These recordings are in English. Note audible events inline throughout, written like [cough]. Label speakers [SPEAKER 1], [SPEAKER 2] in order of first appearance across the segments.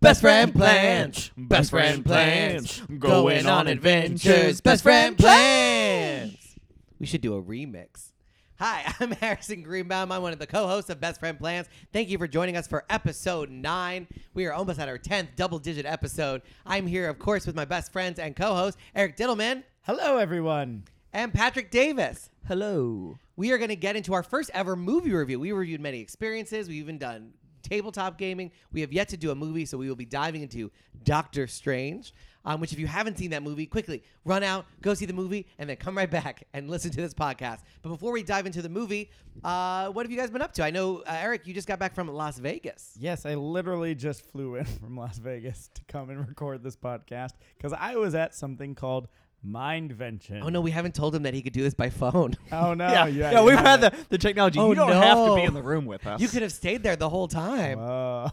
[SPEAKER 1] Best friend plans. Best friend plans. Going on adventures. Best friend plans. We should do a remix. Hi, [laughs] I'm Harrison Greenbaum. I'm one of the co-hosts of Best Friend Plans. Thank you for joining us for episode nine. We are almost at our tenth double-digit episode. I'm here, of course, with my best friends and co-host Eric Diddleman
[SPEAKER 2] Hello, everyone.
[SPEAKER 1] and Patrick Davis.
[SPEAKER 2] Hello.
[SPEAKER 1] we are going to get into our first ever movie review. We reviewed many experiences. We've even done tabletop gaming. We have yet to do a movie, so we will be diving into Doctor Strange. Um, which, if you haven't seen that movie, quickly run out, go see the movie, and then come right back and listen to this podcast. But before we dive into the movie, uh, what have you guys been up to? I know, uh, Eric, you just got back from Las Vegas.
[SPEAKER 2] Yes, I literally just flew in from Las Vegas to come and record this podcast because I was at something called Mindvention.
[SPEAKER 1] Oh, no, we haven't told him that he could do this by phone. [laughs]
[SPEAKER 2] Oh, no.
[SPEAKER 3] [laughs] yeah, yeah, we've had the, the technology.
[SPEAKER 1] Oh,
[SPEAKER 3] you don't have to
[SPEAKER 1] no.
[SPEAKER 3] be in the room with us.
[SPEAKER 1] you could have stayed there the whole time.
[SPEAKER 2] Oh.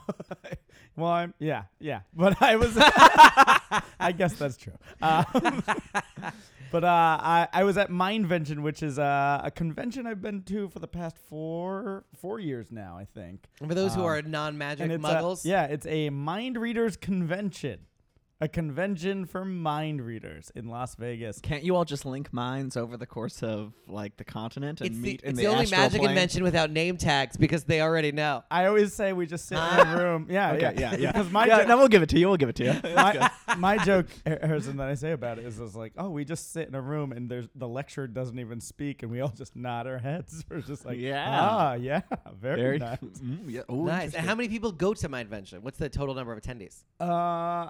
[SPEAKER 2] [laughs] well, I'm, yeah, yeah. But I
[SPEAKER 3] [laughs]
[SPEAKER 2] was, I guess that's true. Um, [laughs] but uh, I, I was at Mindvention, which is uh, a convention I've been to for the past four four years now, I think.
[SPEAKER 1] And for those who
[SPEAKER 2] Um,
[SPEAKER 1] are non magic
[SPEAKER 2] it's uh,
[SPEAKER 1] muggles,
[SPEAKER 2] A, yeah, it's a mind readers convention. A convention for mind readers in Las Vegas.
[SPEAKER 3] Can't you all just link minds over the course of like the continent and
[SPEAKER 1] it's the,
[SPEAKER 3] meet in
[SPEAKER 1] it's
[SPEAKER 3] the,
[SPEAKER 1] the only
[SPEAKER 3] astral
[SPEAKER 1] magic
[SPEAKER 3] plane?
[SPEAKER 1] invention without name tags because they already know.
[SPEAKER 2] I always say we just sit in a room. Yeah,
[SPEAKER 3] Okay, Oh, yeah, [laughs] yeah.
[SPEAKER 2] Because my,
[SPEAKER 3] yeah,
[SPEAKER 2] jo-
[SPEAKER 3] no, we'll give it to you. We'll give it to [laughs] you.
[SPEAKER 2] [laughs] my, my joke, Harrison, that I say about it is, is like, oh, we just sit in a room and there's the lecturer doesn't even speak and we all just nod our heads. [laughs] We're just like,
[SPEAKER 3] Yeah.
[SPEAKER 2] ah, yeah, very, nice.
[SPEAKER 3] mm, yeah. Ooh,
[SPEAKER 1] Nice.
[SPEAKER 3] interesting.
[SPEAKER 1] And how many people go to my adventure? What's the total number of attendees?
[SPEAKER 2] Uh,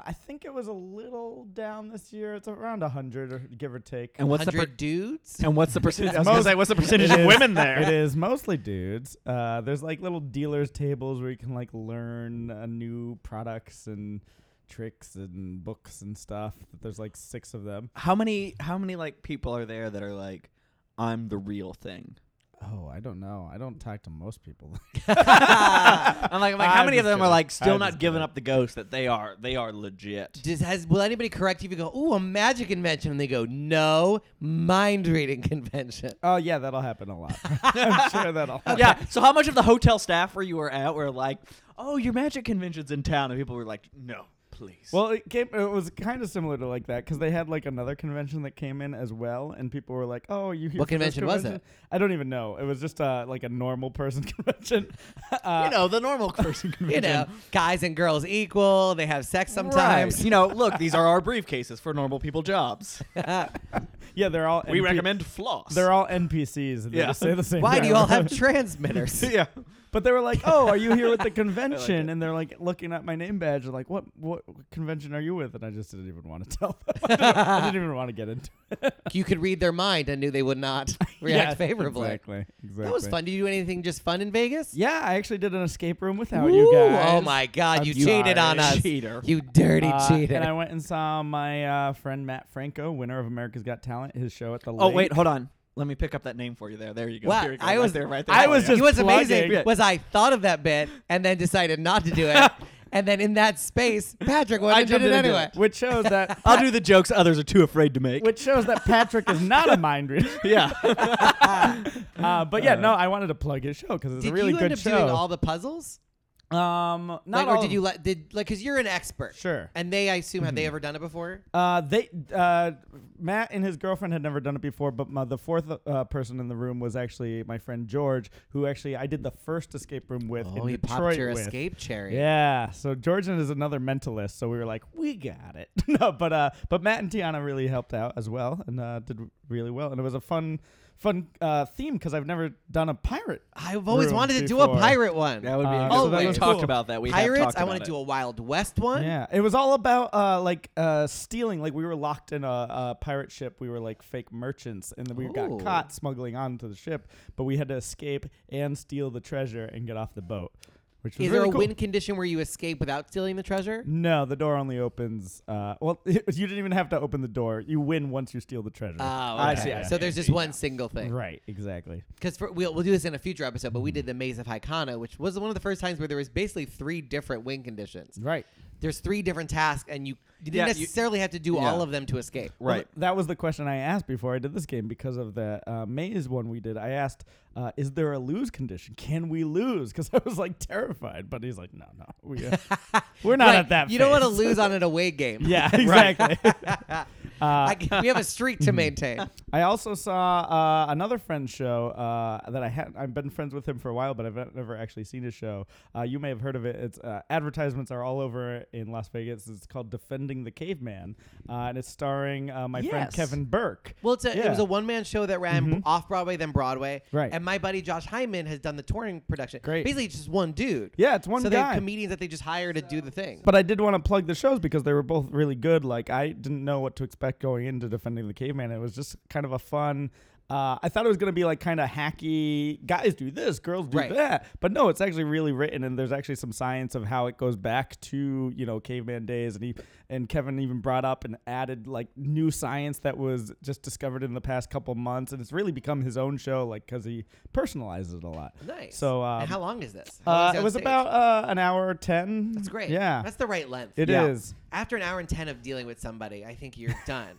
[SPEAKER 2] I think it was a little down this year. It's around hundred, or give or take.
[SPEAKER 3] and what's the per-
[SPEAKER 1] Hundred dudes?
[SPEAKER 3] and what's the percentage? I was
[SPEAKER 2] Most-
[SPEAKER 3] gonna say, [laughs] what's the percentage
[SPEAKER 2] It
[SPEAKER 3] of
[SPEAKER 2] is- [laughs]
[SPEAKER 3] women there?
[SPEAKER 2] It is mostly dudes. Uh, there's like little dealers tables where you can like learn uh, new products and tricks and books and stuff. There's like six of them.
[SPEAKER 3] How many? How many like people are there that are like, I'm the real [laughs] thing?
[SPEAKER 2] Oh, I don't know. I don't talk to most people. [laughs]
[SPEAKER 3] I'm like, I'm like how
[SPEAKER 2] I'm
[SPEAKER 3] many of
[SPEAKER 2] just
[SPEAKER 3] them are
[SPEAKER 2] kidding.
[SPEAKER 3] like still
[SPEAKER 2] I'm
[SPEAKER 3] not
[SPEAKER 2] just
[SPEAKER 3] giving
[SPEAKER 2] kidding.
[SPEAKER 3] up the ghost that they are? They are legit.
[SPEAKER 1] Does, has, will anybody correct you if you go, ooh, a magic invention? And they go, no, mind reading [laughs] convention.
[SPEAKER 2] oh yeah, that'll happen a [laughs] lot. I'm sure that'll. Happen.
[SPEAKER 3] yeah. So how much of the hotel staff where you were at were like, oh, your magic convention's in town, and people were like, no, please.
[SPEAKER 2] Well, it came. It was kind of similar to like that because they had like another convention that came in as well, and people were like, "Oh, you." Here
[SPEAKER 1] What
[SPEAKER 2] for this
[SPEAKER 1] convention was
[SPEAKER 2] convention?" I don't even know. It was just uh, like a normal person [laughs] convention. Uh,
[SPEAKER 3] you know, the normal person
[SPEAKER 1] You
[SPEAKER 3] [laughs] convention.
[SPEAKER 1] know, guys and girls equal. They have sex sometimes.
[SPEAKER 3] Right. You know, [laughs] look, these are our briefcases for normal people [laughs] jobs.
[SPEAKER 2] yeah, they're all.
[SPEAKER 3] We
[SPEAKER 2] NP
[SPEAKER 3] recommend floss.
[SPEAKER 2] They're all NPCs, and they
[SPEAKER 3] Yeah.
[SPEAKER 2] just say the same.
[SPEAKER 1] Why do
[SPEAKER 2] thing
[SPEAKER 1] you
[SPEAKER 2] [laughs]
[SPEAKER 1] all
[SPEAKER 2] over and
[SPEAKER 1] have transmitters?
[SPEAKER 3] [laughs] yeah.
[SPEAKER 2] But they were like, "Oh, are you here with
[SPEAKER 1] [laughs]
[SPEAKER 2] the convention?" and they're like looking at my name badge, and like, "What what convention are you with?" And I just didn't even want to tell them. [laughs] I didn't, I didn't even want to get into it.
[SPEAKER 1] you could read their mind and knew they would
[SPEAKER 3] [laughs]
[SPEAKER 1] not react
[SPEAKER 2] Yeah,
[SPEAKER 1] favorably.
[SPEAKER 2] Exactly. Exactly.
[SPEAKER 1] That was fun. Did you do anything just fun in Vegas?
[SPEAKER 2] Yeah, I actually did an escape room without
[SPEAKER 1] Ooh,
[SPEAKER 2] you guys.
[SPEAKER 1] oh my God,
[SPEAKER 2] I'm
[SPEAKER 1] you cheated
[SPEAKER 2] sorry.
[SPEAKER 1] on us.
[SPEAKER 3] Cheater.
[SPEAKER 1] You dirty
[SPEAKER 2] Uh,
[SPEAKER 1] cheater.
[SPEAKER 2] And I went and saw my uh, friend Matt Franco, winner of America's Got Talent, his show at the.
[SPEAKER 3] Oh
[SPEAKER 2] Lake.
[SPEAKER 3] wait, hold on. Let me pick up that name for you there. There you go.
[SPEAKER 1] Wow,
[SPEAKER 3] Here you go.
[SPEAKER 1] I
[SPEAKER 3] Right
[SPEAKER 1] was
[SPEAKER 3] there, right there. Oh,
[SPEAKER 1] I
[SPEAKER 2] was
[SPEAKER 1] was
[SPEAKER 2] just
[SPEAKER 1] just. What's amazing
[SPEAKER 2] plugging.
[SPEAKER 1] was I thought of that bit and then decided not to do
[SPEAKER 2] [laughs]
[SPEAKER 1] it, and then in that space, Patrick went
[SPEAKER 3] I
[SPEAKER 1] and did
[SPEAKER 3] jumped
[SPEAKER 1] it
[SPEAKER 3] in and did
[SPEAKER 1] anyway.
[SPEAKER 3] it.
[SPEAKER 2] Which shows
[SPEAKER 1] [laughs]
[SPEAKER 2] that.
[SPEAKER 3] I'll do the jokes others are too afraid to make.
[SPEAKER 2] Which shows that Patrick is not a mind reader.
[SPEAKER 3] yeah.
[SPEAKER 2] [laughs] Uh, but yeah, no, I wanted to plug his show because it's
[SPEAKER 1] Did
[SPEAKER 2] a really
[SPEAKER 1] you
[SPEAKER 2] good
[SPEAKER 1] end up
[SPEAKER 2] show.
[SPEAKER 1] doing all the puzzles?
[SPEAKER 2] um, not
[SPEAKER 1] Like,
[SPEAKER 2] all
[SPEAKER 1] or
[SPEAKER 2] of
[SPEAKER 1] did you let did like because you're an expert?
[SPEAKER 2] Sure. Mm-hmm.
[SPEAKER 1] And they, I assume, have they ever done it before?
[SPEAKER 2] Uh, they uh, Matt and his girlfriend had never done it before, but my, the fourth uh, person in the room was actually my friend George, who actually I did the first escape room with
[SPEAKER 1] Oh,
[SPEAKER 2] in
[SPEAKER 1] he
[SPEAKER 2] Detroit
[SPEAKER 1] popped your
[SPEAKER 2] with.
[SPEAKER 1] escape cherry.
[SPEAKER 2] Yeah, so Georgian is another mentalist, so we were like, we got it. [laughs] no, but uh, but Matt and Tiana really helped out as well, and uh, did really well, and it was a fun, fun uh, theme because I've never done a pirate.
[SPEAKER 1] I've always
[SPEAKER 2] Room
[SPEAKER 1] wanted to do a
[SPEAKER 2] before.
[SPEAKER 1] pirate one.
[SPEAKER 3] That would be.
[SPEAKER 2] Uh,
[SPEAKER 3] oh,
[SPEAKER 1] so that
[SPEAKER 3] we
[SPEAKER 1] was
[SPEAKER 3] talked
[SPEAKER 2] cool.
[SPEAKER 3] about that. We Have
[SPEAKER 1] Pirates.
[SPEAKER 3] talked
[SPEAKER 1] I
[SPEAKER 3] about
[SPEAKER 1] want to
[SPEAKER 3] it.
[SPEAKER 1] do a Wild West one.
[SPEAKER 2] Yeah, it was all about uh, like uh, stealing. Like we were locked in a, a pirate ship. We were like fake merchants, and then we
[SPEAKER 1] Ooh.
[SPEAKER 2] got caught smuggling onto the ship. But we had to escape and steal the treasure and get off the boat, which was
[SPEAKER 1] Is there
[SPEAKER 2] really
[SPEAKER 1] a
[SPEAKER 2] cool.
[SPEAKER 1] win condition where you escape without stealing the treasure?
[SPEAKER 2] no, the door only opens. Uh, well, [laughs] you didn't even have to open the door. You win once you steal the treasure.
[SPEAKER 1] Oh,
[SPEAKER 3] I
[SPEAKER 1] okay.
[SPEAKER 3] see, I
[SPEAKER 1] so
[SPEAKER 3] see,
[SPEAKER 1] there's
[SPEAKER 3] I
[SPEAKER 1] just
[SPEAKER 3] see,
[SPEAKER 1] one single thing.
[SPEAKER 2] Right, exactly.
[SPEAKER 1] because we'll, we'll do this in a future Mm. episode, but we did the Maze of Hycana, which was one of the first times where there was basically three different win conditions.
[SPEAKER 2] Right.
[SPEAKER 1] there's three different tasks, and you, Mm. you
[SPEAKER 3] Yeah,
[SPEAKER 1] didn't
[SPEAKER 3] you-
[SPEAKER 1] necessarily have to do
[SPEAKER 3] yeah.
[SPEAKER 1] all of them to escape.
[SPEAKER 2] Well,
[SPEAKER 3] Right.
[SPEAKER 2] th- that was the question I asked before I did this game because of the uh, maze one we did. I asked, uh, "Is there a lose condition? Can we lose?" Because [laughs] I was like terrified. But he's like, "No, no, we,
[SPEAKER 1] [laughs]
[SPEAKER 2] uh, we're not
[SPEAKER 1] Right.
[SPEAKER 2] at that."
[SPEAKER 1] You don't want to
[SPEAKER 2] phase."
[SPEAKER 1] lose on an away [laughs] game.
[SPEAKER 2] Yeah, exactly.
[SPEAKER 1] [laughs]
[SPEAKER 2] Uh,
[SPEAKER 1] I c- we have a streak [laughs] to maintain.
[SPEAKER 2] I also saw uh, another friend's show uh, that I had. I've been friends with him for a while, but I've not- never actually seen his show. Uh, you may have heard of it. It's uh, advertisements are all over in Las Vegas. It's called "Defending the Caveman," uh, and it's starring uh, my friend
[SPEAKER 3] Yes.
[SPEAKER 2] Kevin Burke.
[SPEAKER 1] Well, it's a, it
[SPEAKER 2] Yeah.
[SPEAKER 1] was a one man show that ran off Broadway, then Broadway.
[SPEAKER 2] Right.
[SPEAKER 1] And my buddy Josh Hyman has done the touring production.
[SPEAKER 2] Great.
[SPEAKER 1] Basically, it's just one dude.
[SPEAKER 2] Yeah, it's one
[SPEAKER 1] so they
[SPEAKER 2] guy.
[SPEAKER 1] have comedians that they just hire to do the thing.
[SPEAKER 2] But I did want to plug the shows because they were both really good. Like I didn't know what to expect going into defending the caveman. It was just kind of a fun. Uh, I thought it was going to be like kind of hacky. Guys do this, girls do
[SPEAKER 1] Right.
[SPEAKER 2] that. But no, it's actually really written, and there's actually some science of how it goes back to you know caveman days. And he and Kevin even brought up and added like new science that was just discovered in the past couple months, and it's really become his own show, like because he personalizes it a lot.
[SPEAKER 1] nice.
[SPEAKER 2] So um,
[SPEAKER 1] and how long is this? How long
[SPEAKER 2] uh,
[SPEAKER 1] is
[SPEAKER 2] it
[SPEAKER 1] on
[SPEAKER 2] was
[SPEAKER 1] stage?
[SPEAKER 2] about uh, an hour ten.
[SPEAKER 1] That's great.
[SPEAKER 2] Yeah,
[SPEAKER 1] That's the right length.
[SPEAKER 2] it is.
[SPEAKER 3] Yeah.
[SPEAKER 1] After an hour and 10 of dealing with somebody, I think you're
[SPEAKER 2] [laughs]
[SPEAKER 1] done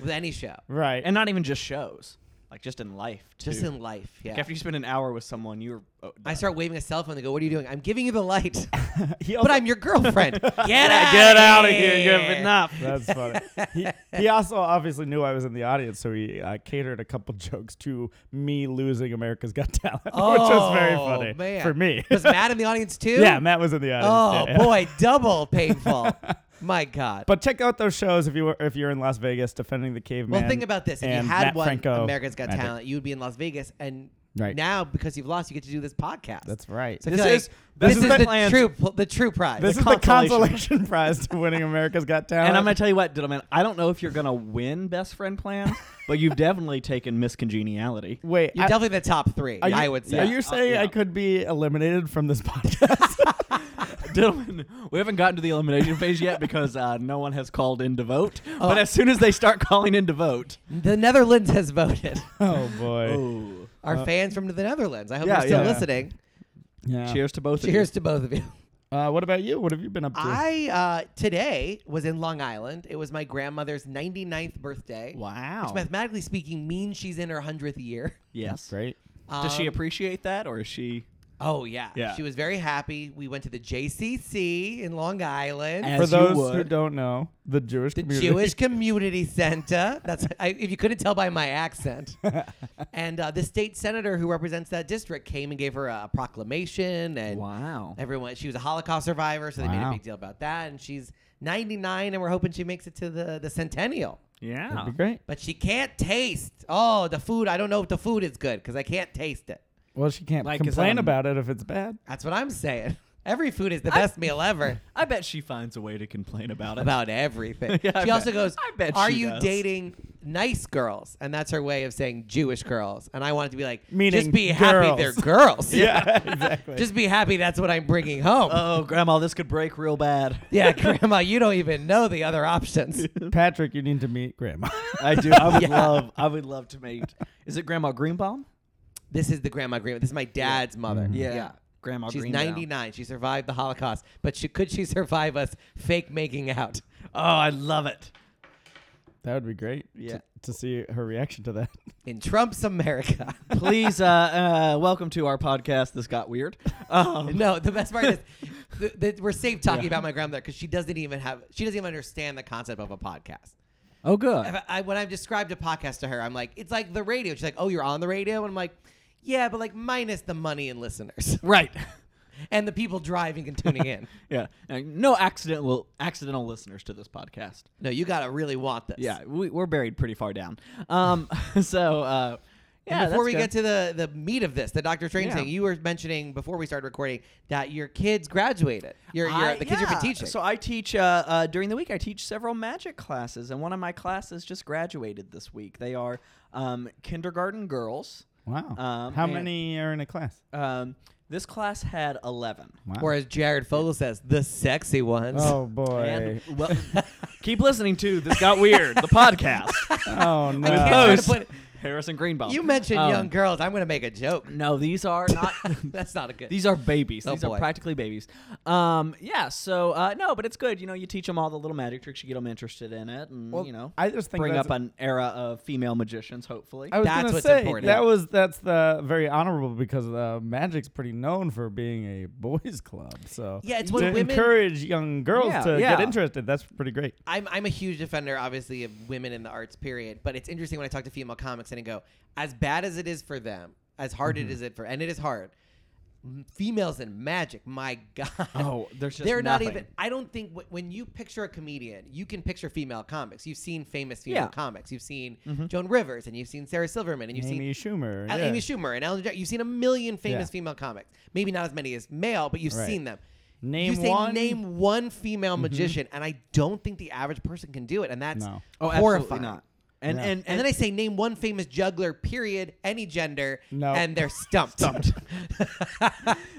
[SPEAKER 1] with any show.
[SPEAKER 2] Right.
[SPEAKER 3] and not even just shows, like just in life. Too.
[SPEAKER 1] Just in life. Yeah.
[SPEAKER 3] Like, after you spend an hour with someone, you're. Oh,
[SPEAKER 1] I start waving a cell phone. They go, What are you doing? I'm giving you
[SPEAKER 2] [laughs]
[SPEAKER 1] the light, [laughs]
[SPEAKER 2] he
[SPEAKER 1] but
[SPEAKER 2] also,
[SPEAKER 1] I'm
[SPEAKER 2] [laughs]
[SPEAKER 1] your girlfriend. Get out.
[SPEAKER 3] get out of here. You have enough.
[SPEAKER 2] that's funny. He,
[SPEAKER 1] [laughs]
[SPEAKER 2] he also obviously knew I was in the audience, so he uh, catered a couple [laughs] jokes to me losing America's Got Talent, [laughs] which was very
[SPEAKER 1] Oh,
[SPEAKER 2] funny
[SPEAKER 1] man.
[SPEAKER 2] for me.
[SPEAKER 1] [laughs] Was Matt in the audience
[SPEAKER 2] [laughs]
[SPEAKER 1] too?
[SPEAKER 2] yeah, Matt was in the
[SPEAKER 1] Oh
[SPEAKER 2] audience. yeah, yeah.
[SPEAKER 1] boy,
[SPEAKER 2] [laughs]
[SPEAKER 1] double painful. My God.
[SPEAKER 2] But check out those shows if you were, if you're in Las Vegas defending the caveman.
[SPEAKER 1] well, think about this. If
[SPEAKER 2] and
[SPEAKER 1] you had
[SPEAKER 2] Matt
[SPEAKER 1] one
[SPEAKER 2] Franco,
[SPEAKER 1] America's Got
[SPEAKER 2] Magic.
[SPEAKER 1] Talent, you would be in Las Vegas, and
[SPEAKER 2] Right.
[SPEAKER 1] now because you've lost, you get to do this podcast.
[SPEAKER 2] That's right.
[SPEAKER 1] So I
[SPEAKER 3] This
[SPEAKER 1] feel like
[SPEAKER 3] is- this
[SPEAKER 1] this
[SPEAKER 3] is
[SPEAKER 2] [laughs]
[SPEAKER 1] is
[SPEAKER 3] the
[SPEAKER 1] the
[SPEAKER 3] plans.
[SPEAKER 1] true pl- the true prize.
[SPEAKER 2] this
[SPEAKER 3] the
[SPEAKER 2] is the
[SPEAKER 3] consolation.
[SPEAKER 2] consolation [laughs] prize to winning America's
[SPEAKER 1] [laughs]
[SPEAKER 2] Got Talent.
[SPEAKER 3] And I'm gonna tell you what, Diddleman. I don't know if you're gonna win Best Friend Plan, but you've definitely taken Miss [laughs] Congeniality.
[SPEAKER 2] wait.
[SPEAKER 1] You're
[SPEAKER 2] I-
[SPEAKER 1] definitely the top three.
[SPEAKER 2] are you-
[SPEAKER 1] I would say.
[SPEAKER 2] Are you saying
[SPEAKER 3] yeah.
[SPEAKER 2] I could be eliminated from this [laughs] podcast?
[SPEAKER 3] Diddleman, we haven't gotten to the elimination phase yet because uh, no one has called in to vote. But as soon as they start calling in to vote,
[SPEAKER 1] the Netherlands has voted.
[SPEAKER 2] oh boy.
[SPEAKER 3] oh,
[SPEAKER 1] Our fans from the Netherlands. I hope
[SPEAKER 3] Yeah,
[SPEAKER 1] you're still
[SPEAKER 2] yeah.
[SPEAKER 1] listening.
[SPEAKER 2] Yeah.
[SPEAKER 3] cheers to both.
[SPEAKER 1] Cheers to both of you.
[SPEAKER 2] Uh, what about you? What have you been up to?
[SPEAKER 1] I uh, today was in Long Island. It was my grandmother's 99th birthday.
[SPEAKER 3] Of you. Wow.
[SPEAKER 1] Which mathematically speaking means she's in her 100th year.
[SPEAKER 3] yes.
[SPEAKER 2] Great.
[SPEAKER 3] Does she
[SPEAKER 1] Um,
[SPEAKER 3] appreciate that, or is she?
[SPEAKER 1] Oh yeah.
[SPEAKER 3] Yeah.
[SPEAKER 1] She was very happy. We went to the JCC in Long Island.
[SPEAKER 3] As
[SPEAKER 2] For
[SPEAKER 3] you
[SPEAKER 2] those who
[SPEAKER 3] would.
[SPEAKER 2] don't know, the Jewish
[SPEAKER 1] the
[SPEAKER 2] community. [laughs]
[SPEAKER 1] Jewish Community Center. That's I, if you couldn't tell by
[SPEAKER 2] [laughs]
[SPEAKER 1] my accent. and uh, the state senator who represents that district came and gave her a proclamation. And
[SPEAKER 3] Wow.
[SPEAKER 1] everyone, she was a Holocaust survivor, so they made
[SPEAKER 2] Wow.
[SPEAKER 1] a big deal about that. And she's 99, and we're hoping she makes it to the the centennial.
[SPEAKER 3] Yeah.
[SPEAKER 2] That'd be great.
[SPEAKER 1] But she can't taste. Oh, the food. I don't know if the food is good because I can't taste it.
[SPEAKER 2] Well, she can't
[SPEAKER 3] Like, is that
[SPEAKER 2] complain
[SPEAKER 3] on-
[SPEAKER 2] about it if it's bad.
[SPEAKER 1] That's what I'm saying. [laughs] Every food is the best meal ever.
[SPEAKER 3] I bet she finds a way to complain about
[SPEAKER 1] [laughs]
[SPEAKER 3] it.
[SPEAKER 1] About everything.
[SPEAKER 3] Yeah, I
[SPEAKER 1] she
[SPEAKER 3] bet-
[SPEAKER 1] also goes,
[SPEAKER 3] I bet
[SPEAKER 1] Are
[SPEAKER 3] she
[SPEAKER 1] you
[SPEAKER 3] does."
[SPEAKER 1] dating nice girls? And that's her way of saying Jewish girls. And I wanted to be like,
[SPEAKER 2] Meaning
[SPEAKER 1] Just be happy
[SPEAKER 2] girls.
[SPEAKER 1] they're
[SPEAKER 3] [laughs]
[SPEAKER 1] girls.
[SPEAKER 2] Yeah, exactly.
[SPEAKER 1] [laughs] Just be happy that's what I'm bringing home.
[SPEAKER 3] [laughs] oh, Grandma, this could break real bad.
[SPEAKER 1] [laughs] yeah, Grandma, you don't even know the other options.
[SPEAKER 2] [laughs] Patrick, you need to meet Grandma. [laughs]
[SPEAKER 3] I do. I would
[SPEAKER 1] Yeah.
[SPEAKER 3] love. I would love to meet. Is it Grandma Greenbaum?
[SPEAKER 1] this is the Grandma Green. This is my dad's mother.
[SPEAKER 3] Mm-hmm. Grandma
[SPEAKER 1] She's
[SPEAKER 3] Greenbaum.
[SPEAKER 1] 99. She survived the Holocaust, but she, could she survive us fake making out?
[SPEAKER 3] Oh, I love it.
[SPEAKER 2] that would be great. to-
[SPEAKER 3] Yeah.
[SPEAKER 2] To, see her reaction to that.
[SPEAKER 1] in Trump's America. [laughs]
[SPEAKER 3] Please, uh, uh, welcome to our podcast. This got weird. [laughs] Um,
[SPEAKER 1] no, the best part is th- that we're safe talking about my grandmother because she doesn't even have she doesn't even understand the concept of a podcast.
[SPEAKER 3] oh, good.
[SPEAKER 1] If I, when I've described a podcast to her, I'm like, it's like the radio. She's like, oh, you're on the radio, and I'm like, yeah, but like minus the money and listeners
[SPEAKER 3] [laughs] Right.
[SPEAKER 1] and the people driving and tuning
[SPEAKER 3] [laughs]
[SPEAKER 1] in.
[SPEAKER 3] Yeah. Now, no accidental accidental listeners to this podcast.
[SPEAKER 1] No, you gotta really want this.
[SPEAKER 3] Yeah, we, we're buried pretty far down. Um, [laughs] so uh,
[SPEAKER 1] And
[SPEAKER 3] yeah.
[SPEAKER 1] before we
[SPEAKER 3] that's
[SPEAKER 1] get to the, the meat of this, the Dr. Strange
[SPEAKER 3] Yeah.
[SPEAKER 1] thing, you were mentioning before we started recording that your kids graduated. Your, your
[SPEAKER 3] I-
[SPEAKER 1] the kids
[SPEAKER 3] yeah.
[SPEAKER 1] you've been teaching.
[SPEAKER 3] So I teach uh, uh, during the week. I teach several magic classes, and one of my classes just graduated this week. They are um, kindergarten girls.
[SPEAKER 2] Wow.
[SPEAKER 3] Um,
[SPEAKER 2] How
[SPEAKER 3] and-
[SPEAKER 2] many are in a class?
[SPEAKER 3] Um, this class had eleven.
[SPEAKER 2] Wow.
[SPEAKER 1] or as Jared Fogle says, the sexy ones. [laughs]
[SPEAKER 2] [laughs] oh boy.
[SPEAKER 3] And well, [laughs] keep listening to this got weird the podcast.
[SPEAKER 2] oh
[SPEAKER 1] I was
[SPEAKER 2] no.
[SPEAKER 1] trying to put,
[SPEAKER 3] Harrison Greenbaum.
[SPEAKER 1] You mentioned
[SPEAKER 3] Um,
[SPEAKER 1] young girls. I'm gonna make a joke.
[SPEAKER 3] No, these are
[SPEAKER 1] [laughs]
[SPEAKER 3] [laughs] not.
[SPEAKER 1] That's not a good.
[SPEAKER 3] These are babies.
[SPEAKER 1] Oh,
[SPEAKER 3] These
[SPEAKER 1] boy.
[SPEAKER 3] are practically babies. Um, yeah. So uh, no, but it's good. You know, you teach them all the little magic tricks. You get them interested in it, and
[SPEAKER 2] Well,
[SPEAKER 3] you know,
[SPEAKER 2] I just think
[SPEAKER 3] bring
[SPEAKER 2] that's
[SPEAKER 3] up an era of female magicians. Hopefully,
[SPEAKER 2] I was
[SPEAKER 1] That's
[SPEAKER 2] gonna
[SPEAKER 1] what's
[SPEAKER 2] say
[SPEAKER 1] important.
[SPEAKER 2] that was that's the very honorable because uh, magic's pretty known for being a boys' club. So
[SPEAKER 1] yeah, it's
[SPEAKER 2] to
[SPEAKER 1] what women.
[SPEAKER 2] encourage young girls
[SPEAKER 3] Yeah,
[SPEAKER 2] to get
[SPEAKER 3] yeah.
[SPEAKER 2] interested. That's pretty great.
[SPEAKER 1] I'm I'm a huge defender, obviously, of women in the arts. Period. But it's interesting when I talk to female comics and I go, as bad as it is for them, as hard
[SPEAKER 3] Mm-hmm.
[SPEAKER 1] it is it for, and it is hard. m- Females in magic, my [laughs] god.
[SPEAKER 3] Oh, there's just
[SPEAKER 1] they're not
[SPEAKER 3] nothing.
[SPEAKER 1] even. I don't think wh- when you picture a comedian, you can picture female comics. You've seen famous female
[SPEAKER 3] Yeah. Mm-hmm.
[SPEAKER 1] comics. You've seen Joan Rivers, and you've seen Sarah Silverman, and you've seen
[SPEAKER 2] Amy Schumer.
[SPEAKER 1] Al-
[SPEAKER 2] yeah.
[SPEAKER 1] Uh, Amy Schumer and Alan Jack. You've seen a million famous
[SPEAKER 2] Yeah.
[SPEAKER 1] female comics. Maybe not as many as male, but you've
[SPEAKER 2] Right.
[SPEAKER 1] seen them.
[SPEAKER 2] Name
[SPEAKER 1] you say
[SPEAKER 2] one? Mm-hmm.
[SPEAKER 1] name one female magician, and I don't think the average person can do it, and that's
[SPEAKER 2] No.
[SPEAKER 3] oh, absolutely
[SPEAKER 1] horrifying.
[SPEAKER 3] not. And
[SPEAKER 2] Yeah.
[SPEAKER 3] and
[SPEAKER 1] And then I say name one famous juggler, period, any gender,
[SPEAKER 2] No.
[SPEAKER 1] and they're stumped. [laughs] stumped.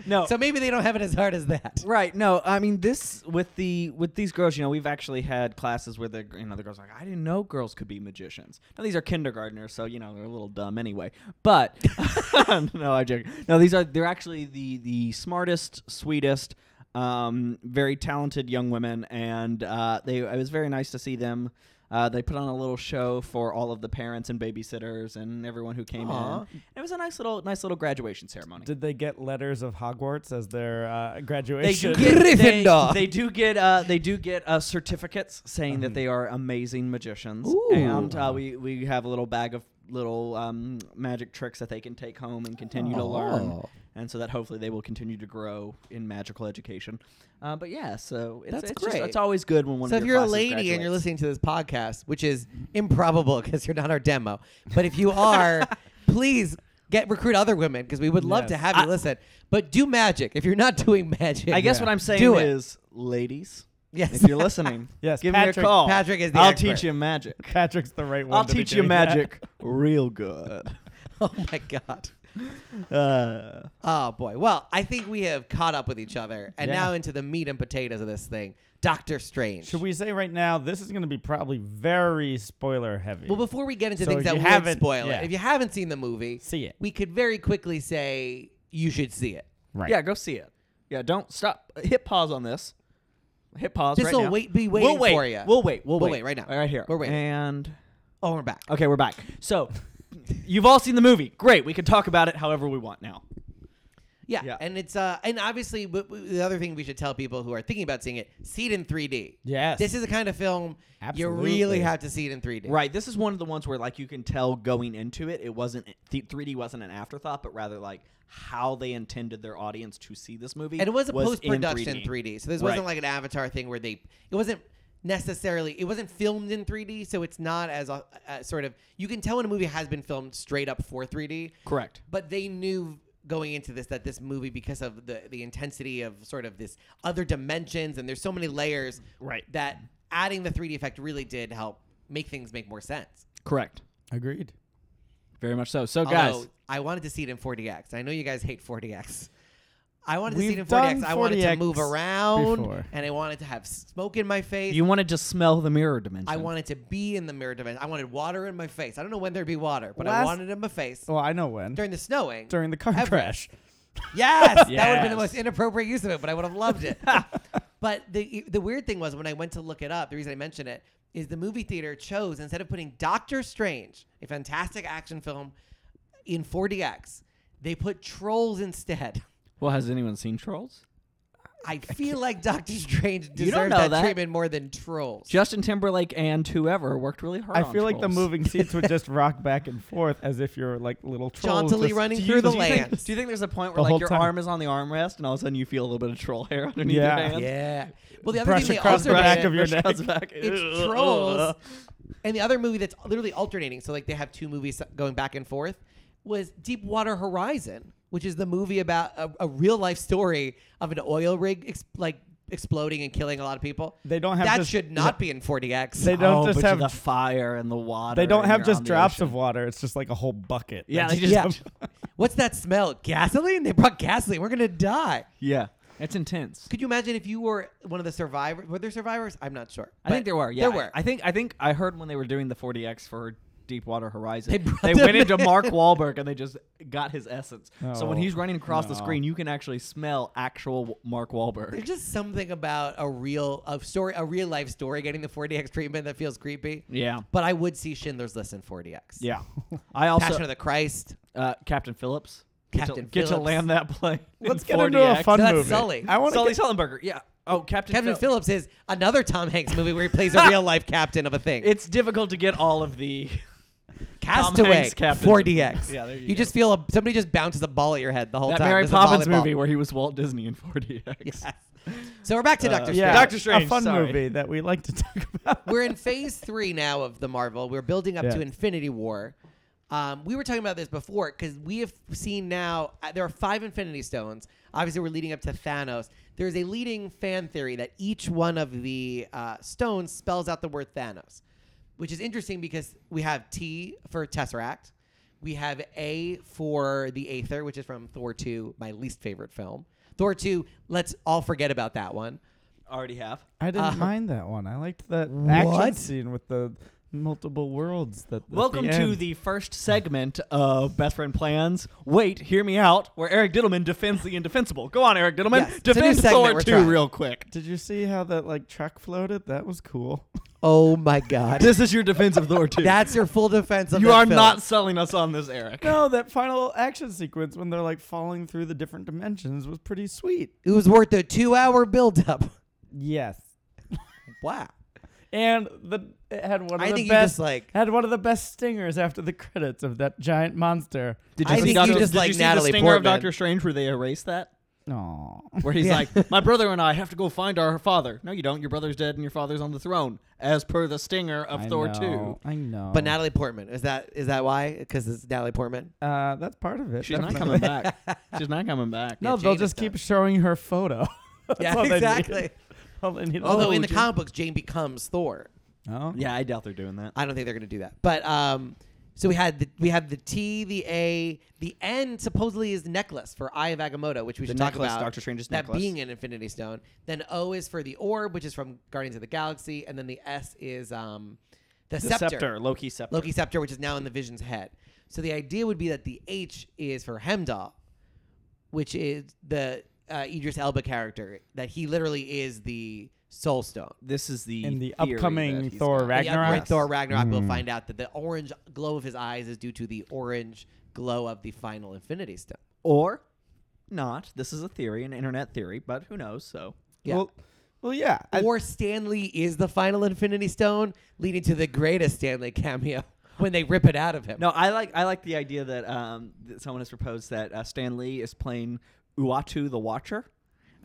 [SPEAKER 3] No.
[SPEAKER 1] So maybe they don't have it as hard as that.
[SPEAKER 3] Right. No, I mean this with the with these girls. You know, we've actually had classes where the you know the girls are like I didn't know girls could be magicians. Now these are kindergartners, so you know they're a little dumb anyway. But [laughs] no, I joke. No, these are they're actually the the smartest, sweetest, um, very talented young women, and uh, they it was very nice to see them. Uh, they put on a little show for all of the parents and babysitters and everyone who came
[SPEAKER 1] Aw.
[SPEAKER 3] in. It was a nice little nice little graduation ceremony.
[SPEAKER 2] Did they get letters of Hogwarts as their uh,
[SPEAKER 3] they do
[SPEAKER 2] graduation?
[SPEAKER 3] get they,
[SPEAKER 1] Gryffindor.
[SPEAKER 3] they do get uh, they do get uh, certificates saying
[SPEAKER 2] Mm-hmm.
[SPEAKER 3] that they are amazing magicians,
[SPEAKER 1] Ooh.
[SPEAKER 3] and uh, we we have a little bag of little um, magic tricks that they can take home and continue to learn,
[SPEAKER 1] Oh.
[SPEAKER 3] and so that hopefully they will continue to grow in magical education. Uh, but yeah, so it's,
[SPEAKER 1] That's
[SPEAKER 3] it's just-
[SPEAKER 1] great.
[SPEAKER 3] it's always good when one.
[SPEAKER 1] So
[SPEAKER 3] of
[SPEAKER 1] if
[SPEAKER 3] your
[SPEAKER 1] you're a
[SPEAKER 3] classes
[SPEAKER 1] lady and you're
[SPEAKER 3] graduates.
[SPEAKER 1] listening to this podcast, which is improbable [laughs] because you're not our demo, but if you
[SPEAKER 3] [laughs]
[SPEAKER 1] are, please get recruit other women because we would love to
[SPEAKER 2] Yes.
[SPEAKER 1] have you listen. But do magic if you're not doing magic.
[SPEAKER 3] I guess
[SPEAKER 2] Yeah.
[SPEAKER 3] what I'm saying
[SPEAKER 1] Do it.
[SPEAKER 3] is, ladies,
[SPEAKER 1] Yes.
[SPEAKER 3] if you're listening,
[SPEAKER 2] [laughs] Yes,
[SPEAKER 3] give me a
[SPEAKER 2] Patrick-
[SPEAKER 3] call.
[SPEAKER 1] Patrick is the
[SPEAKER 3] I'll
[SPEAKER 1] expert.
[SPEAKER 3] teach you magic.
[SPEAKER 2] [laughs] Patrick's the right one.
[SPEAKER 3] I'll
[SPEAKER 2] to be
[SPEAKER 3] teach you
[SPEAKER 2] doing that.
[SPEAKER 3] [laughs] magic real good. [laughs]
[SPEAKER 1] oh my god.
[SPEAKER 3] Uh,
[SPEAKER 1] Oh boy. Well, I think we have caught up with each other, and
[SPEAKER 2] Yeah.
[SPEAKER 1] now into the meat and potatoes of this thing, Doctor Strange.
[SPEAKER 2] Should we say right now? This is going to be probably very spoiler heavy.
[SPEAKER 1] Well, before we get into
[SPEAKER 2] So
[SPEAKER 1] things
[SPEAKER 2] if
[SPEAKER 1] that
[SPEAKER 2] you
[SPEAKER 1] would
[SPEAKER 2] haven't-
[SPEAKER 1] spoil
[SPEAKER 2] yeah.
[SPEAKER 1] it, if you haven't seen the movie,
[SPEAKER 2] See it.
[SPEAKER 1] We could very quickly say you should see it.
[SPEAKER 2] right.
[SPEAKER 3] Yeah, go see it. Yeah, don't stop. Hit pause on this. Hit pause.
[SPEAKER 1] This'll
[SPEAKER 3] right now.
[SPEAKER 1] wait- be
[SPEAKER 3] we'll
[SPEAKER 1] waiting
[SPEAKER 3] wait.
[SPEAKER 1] for ya.
[SPEAKER 3] We'll wait. We'll,
[SPEAKER 1] We'll
[SPEAKER 3] wait.
[SPEAKER 1] wait right now.
[SPEAKER 3] Right here.
[SPEAKER 1] We're waiting.
[SPEAKER 3] And
[SPEAKER 1] Oh, we're back.
[SPEAKER 3] okay, we're back. So, [laughs] you've all seen the movie. Great. We can talk about it however we want now.
[SPEAKER 1] Yeah.
[SPEAKER 3] Yeah.
[SPEAKER 1] and it's uh, and obviously w- w- the other thing we should tell people who are thinking about seeing it, see it in 3D.
[SPEAKER 2] Yes.
[SPEAKER 1] this is the kind of film you really
[SPEAKER 2] Absolutely.
[SPEAKER 1] have to see it in 3D.
[SPEAKER 3] Right. This is one of the ones where like you can tell going into it, it wasn't th- 3D wasn't an afterthought, but rather like how they intended their audience to see this movie.
[SPEAKER 1] and it was a
[SPEAKER 3] in
[SPEAKER 1] post production 3D. so this wasn't
[SPEAKER 3] Right.
[SPEAKER 1] like an Avatar thing where they it wasn't necessarily it wasn't filmed in 3D, so it's not as uh, uh, sort of you can tell when a movie has been filmed straight up for 3D.
[SPEAKER 3] Correct.
[SPEAKER 1] But they knew going into this that this movie because of the the intensity of sort of this other dimensions and there's so many layers
[SPEAKER 2] Right.
[SPEAKER 1] that adding the 3D effect really did help make things make more sense.
[SPEAKER 3] Correct.
[SPEAKER 2] Agreed.
[SPEAKER 3] Very much so.
[SPEAKER 2] Oh,
[SPEAKER 3] So
[SPEAKER 1] Although
[SPEAKER 3] guys,
[SPEAKER 1] I wanted to see it in 40x. I know you guys hate 40x. I wanted to see
[SPEAKER 2] We've
[SPEAKER 1] it in 40x.
[SPEAKER 2] done
[SPEAKER 1] I wanted to
[SPEAKER 2] 40X
[SPEAKER 1] move around,
[SPEAKER 2] before.
[SPEAKER 1] and I wanted to have smoke in my face.
[SPEAKER 3] you want to just smell the mirror dimension.
[SPEAKER 1] I wanted to be in the mirror dimension. I wanted water in my face. I don't know when there'd be water, but I
[SPEAKER 2] Last- Oh.
[SPEAKER 1] wanted it in my face
[SPEAKER 2] Well, I know when.
[SPEAKER 1] during the snowing.
[SPEAKER 2] During the car
[SPEAKER 1] Everett.
[SPEAKER 2] crash.
[SPEAKER 1] Yes, that would have been the
[SPEAKER 3] Yes.
[SPEAKER 1] most inappropriate use of it, but I would have loved it. but the the weird thing was when I went to look it up, the reason I mention it is the movie theater chose instead of putting Doctor Strange, a fantastic action film, in 4DX, they put Trolls instead.
[SPEAKER 3] Well, has anyone seen Trolls?
[SPEAKER 1] I feel like Doctor Strange
[SPEAKER 3] You
[SPEAKER 1] deserves
[SPEAKER 3] don't know
[SPEAKER 1] that,
[SPEAKER 3] that.
[SPEAKER 1] treatment more than Trolls.
[SPEAKER 3] Justin Timberlake and whoever worked really hard.
[SPEAKER 2] I
[SPEAKER 3] on
[SPEAKER 2] feel like the [laughs]
[SPEAKER 3] Trolls.
[SPEAKER 2] moving seats would just rock back and forth as if you're like little trolls.
[SPEAKER 1] Jauntily
[SPEAKER 2] just-
[SPEAKER 1] running
[SPEAKER 2] Do
[SPEAKER 1] through
[SPEAKER 2] you-
[SPEAKER 1] the
[SPEAKER 2] do you
[SPEAKER 1] land.
[SPEAKER 2] think-
[SPEAKER 1] Yes.
[SPEAKER 3] Do you think there's a point
[SPEAKER 2] The
[SPEAKER 3] where like
[SPEAKER 2] whole
[SPEAKER 3] your
[SPEAKER 2] time.
[SPEAKER 3] arm is on the armrest and all of a sudden you feel a little bit of troll hair [laughs] underneath
[SPEAKER 2] Yeah.
[SPEAKER 3] your hand?
[SPEAKER 1] Yeah. Well, the other
[SPEAKER 2] Brush
[SPEAKER 1] thing they
[SPEAKER 2] across
[SPEAKER 1] also
[SPEAKER 2] the
[SPEAKER 1] did-
[SPEAKER 2] back of
[SPEAKER 3] [laughs]
[SPEAKER 2] your neck.
[SPEAKER 3] Comes back.
[SPEAKER 1] it's
[SPEAKER 3] [laughs]
[SPEAKER 1] trolls and the other movie that's literally alternating so like they have two movies going back and forth was deepwater horizon which is the movie about a, a real life story of an oil rig ex- like exploding and killing a lot of people
[SPEAKER 2] They don't have
[SPEAKER 1] that
[SPEAKER 2] just-
[SPEAKER 1] should not be in 40x
[SPEAKER 2] They don't
[SPEAKER 3] oh,
[SPEAKER 2] just
[SPEAKER 3] but
[SPEAKER 2] have-
[SPEAKER 3] the fire and the water.
[SPEAKER 2] They don't
[SPEAKER 3] and
[SPEAKER 2] have
[SPEAKER 3] you're on
[SPEAKER 2] just
[SPEAKER 3] the
[SPEAKER 2] drops
[SPEAKER 3] ocean.
[SPEAKER 2] of water. It's just like a whole bucket.
[SPEAKER 3] Yeah, they
[SPEAKER 2] That's-
[SPEAKER 3] just [laughs]
[SPEAKER 1] yeah. [laughs] what's that smell gasoline they brought gasoline we're gonna die
[SPEAKER 3] yeah. It's intense.
[SPEAKER 1] could you imagine if you were one of the survivors were there survivors i'm not sure
[SPEAKER 3] I think
[SPEAKER 1] But
[SPEAKER 3] there were. Yeah,
[SPEAKER 1] there were
[SPEAKER 3] I think I think I heard when they were doing the 40x for Deepwater Horizon.
[SPEAKER 1] They
[SPEAKER 3] They,
[SPEAKER 1] brought him
[SPEAKER 3] went into
[SPEAKER 1] in.
[SPEAKER 3] Mark Wahlberg and they just got his essence. So when
[SPEAKER 2] Oh,
[SPEAKER 3] he's running across the
[SPEAKER 2] no.
[SPEAKER 3] screen, you can actually smell actual W- Mark Wahlberg.
[SPEAKER 1] There's just something about a real a story, a real life story getting the 40x treatment that feels creepy.
[SPEAKER 3] [laughs] Yeah.
[SPEAKER 1] But I would see Schindler's List in 40x. [laughs]
[SPEAKER 3] Yeah. I also
[SPEAKER 1] Passion of the Christ.
[SPEAKER 3] uh, Captain Phillips. Get to-
[SPEAKER 1] Captain
[SPEAKER 3] get to,
[SPEAKER 1] Phillips.
[SPEAKER 3] land
[SPEAKER 1] [laughs]
[SPEAKER 3] that plane.
[SPEAKER 2] Let's
[SPEAKER 3] in
[SPEAKER 2] get into a
[SPEAKER 3] 40X.
[SPEAKER 2] fun
[SPEAKER 1] No, that's
[SPEAKER 2] movie.
[SPEAKER 1] Sully.
[SPEAKER 2] I want
[SPEAKER 3] Sully
[SPEAKER 2] to.
[SPEAKER 3] Sullenberger. Yeah. Oh, Captain.
[SPEAKER 1] Captain
[SPEAKER 3] Phil-
[SPEAKER 1] Phillips is another Tom Hanks movie where he plays
[SPEAKER 3] [laughs]
[SPEAKER 1] a real life captain of a thing.
[SPEAKER 3] It's difficult to get all
[SPEAKER 1] [laughs]
[SPEAKER 3] of the.
[SPEAKER 1] Castaway
[SPEAKER 3] Hanks captain.
[SPEAKER 1] 4DX.
[SPEAKER 3] Yeah, there you
[SPEAKER 1] You
[SPEAKER 3] go.
[SPEAKER 1] just feel a, somebody just bounces a ball at your head the whole
[SPEAKER 3] That
[SPEAKER 1] time.
[SPEAKER 3] Mary
[SPEAKER 1] It's a
[SPEAKER 3] Poppins
[SPEAKER 1] volleyball.
[SPEAKER 3] movie where he was Walt Disney in 40X.
[SPEAKER 1] Yes. So we're back to
[SPEAKER 3] Uh,
[SPEAKER 1] Doctor
[SPEAKER 2] yeah,
[SPEAKER 1] Strange.
[SPEAKER 3] Doctor Strange,
[SPEAKER 2] A fun
[SPEAKER 3] sorry.
[SPEAKER 2] movie that we like to [laughs] talk about.
[SPEAKER 1] We're in phase three now of the Marvel. We're building up
[SPEAKER 2] Yeah.
[SPEAKER 1] to Infinity War. Um, we were talking about this before because we have seen now uh, there are five Infinity Stones. Obviously, we're leading up to Thanos. There's a leading fan theory that each one of the uh, stones spells out the word Thanos, which is interesting because we have T for Tesseract, we have A for the Aether, which is from Thor 2, my least favorite film. Thor 2, let's all forget about that one.
[SPEAKER 3] Already have.
[SPEAKER 2] I didn't
[SPEAKER 1] Uh,
[SPEAKER 2] mind that one. I liked that
[SPEAKER 1] What?
[SPEAKER 2] action scene with the multiple worlds. That at
[SPEAKER 3] Welcome
[SPEAKER 2] the
[SPEAKER 3] to
[SPEAKER 2] end.
[SPEAKER 3] the first segment of Best Friend Plans. Wait, hear me out, where Eric Diddleman defends the indefensible. Go on, Eric Diddleman.
[SPEAKER 1] Yes, it's a new
[SPEAKER 3] Defend
[SPEAKER 1] segment
[SPEAKER 3] Thor
[SPEAKER 1] we're
[SPEAKER 3] 2
[SPEAKER 1] trying.
[SPEAKER 3] real quick.
[SPEAKER 2] Did you see how that like truck floated? That was cool.
[SPEAKER 1] Oh my God.
[SPEAKER 3] [laughs] This is your defense of Thor [laughs] 2.
[SPEAKER 1] That's your full defense of
[SPEAKER 3] you
[SPEAKER 1] that
[SPEAKER 3] are
[SPEAKER 1] film.
[SPEAKER 3] not selling us on this,
[SPEAKER 2] [laughs]
[SPEAKER 3] Eric.
[SPEAKER 2] No, that final action sequence when they're like falling through the different dimensions was pretty sweet.
[SPEAKER 1] It was worth a two-hour buildup.
[SPEAKER 2] Yes.
[SPEAKER 1] Wow.
[SPEAKER 2] And the it had one of
[SPEAKER 1] I
[SPEAKER 2] the
[SPEAKER 1] think you
[SPEAKER 2] best
[SPEAKER 1] just like.
[SPEAKER 2] had one of the best stingers after the credits of that giant monster.
[SPEAKER 3] Did
[SPEAKER 1] you I see think Doctor- you just
[SPEAKER 3] did
[SPEAKER 1] like
[SPEAKER 3] you see
[SPEAKER 1] Natalie
[SPEAKER 3] the stinger
[SPEAKER 1] Portman.
[SPEAKER 3] of Doctor Strange where they erase [laughs] that?
[SPEAKER 2] No.
[SPEAKER 3] Where he's
[SPEAKER 1] Yeah.
[SPEAKER 3] like, my brother and I have to go find our father. No, you don't. Your brother's dead and your father's on the throne, as per the stinger of Thor 2.
[SPEAKER 2] I know.
[SPEAKER 1] But Natalie Portman is that is that why? Because it's Natalie Portman.
[SPEAKER 2] uh, that's part of it.
[SPEAKER 3] She's not
[SPEAKER 2] definitely.
[SPEAKER 3] coming [laughs] back. She's not coming back.
[SPEAKER 2] [laughs] No,
[SPEAKER 1] Yeah,
[SPEAKER 2] they'll
[SPEAKER 1] Jane is
[SPEAKER 2] just keep showing her photo. [laughs] That's
[SPEAKER 1] [laughs] yeah,
[SPEAKER 2] all they need.
[SPEAKER 1] exactly.
[SPEAKER 2] All they need- [laughs]
[SPEAKER 1] Although
[SPEAKER 2] Oh,
[SPEAKER 1] in the
[SPEAKER 2] Jane-
[SPEAKER 1] comic books, Jane becomes Thor.
[SPEAKER 2] Oh.
[SPEAKER 3] Yeah, I doubt they're doing that.
[SPEAKER 1] I don't think they're going to do that. But um, so we had the we have the T, the A, the N. Supposedly is the necklace for Eye of Agamotto, which we
[SPEAKER 3] The
[SPEAKER 1] should
[SPEAKER 3] necklace,
[SPEAKER 1] talk about.
[SPEAKER 3] Dr. Strange's
[SPEAKER 1] that
[SPEAKER 3] necklace.
[SPEAKER 1] being an Infinity Stone. Then O is for the orb, which is from Guardians of the Galaxy, and then the S is um, the,
[SPEAKER 3] The
[SPEAKER 1] scepter.
[SPEAKER 3] Loki scepter.
[SPEAKER 1] Loki scepter, which is now in the Vision's head. So the idea would be that the H is for Hemdall, which is the uh, Idris Elba character. That he literally is the Soul Stone.
[SPEAKER 3] This is the
[SPEAKER 2] In the
[SPEAKER 3] theory that
[SPEAKER 2] upcoming
[SPEAKER 3] he's
[SPEAKER 2] Thor
[SPEAKER 3] got.
[SPEAKER 1] In the upcoming
[SPEAKER 2] Ragnarok.
[SPEAKER 1] Thor Ragnarok. We'll find out that the orange glow of his eyes is due to the orange glow of the final Infinity Stone.
[SPEAKER 3] or not. This is a theory, an internet theory, but who knows? So
[SPEAKER 1] Yeah.
[SPEAKER 2] Well, well, yeah. I-
[SPEAKER 1] or Stanley is the final Infinity Stone, leading to the greatest Stanley cameo [laughs] when they rip it out of him.
[SPEAKER 3] no, I like I like the idea that, um, that someone has proposed that uh, Stan Lee is playing Uatu the Watcher.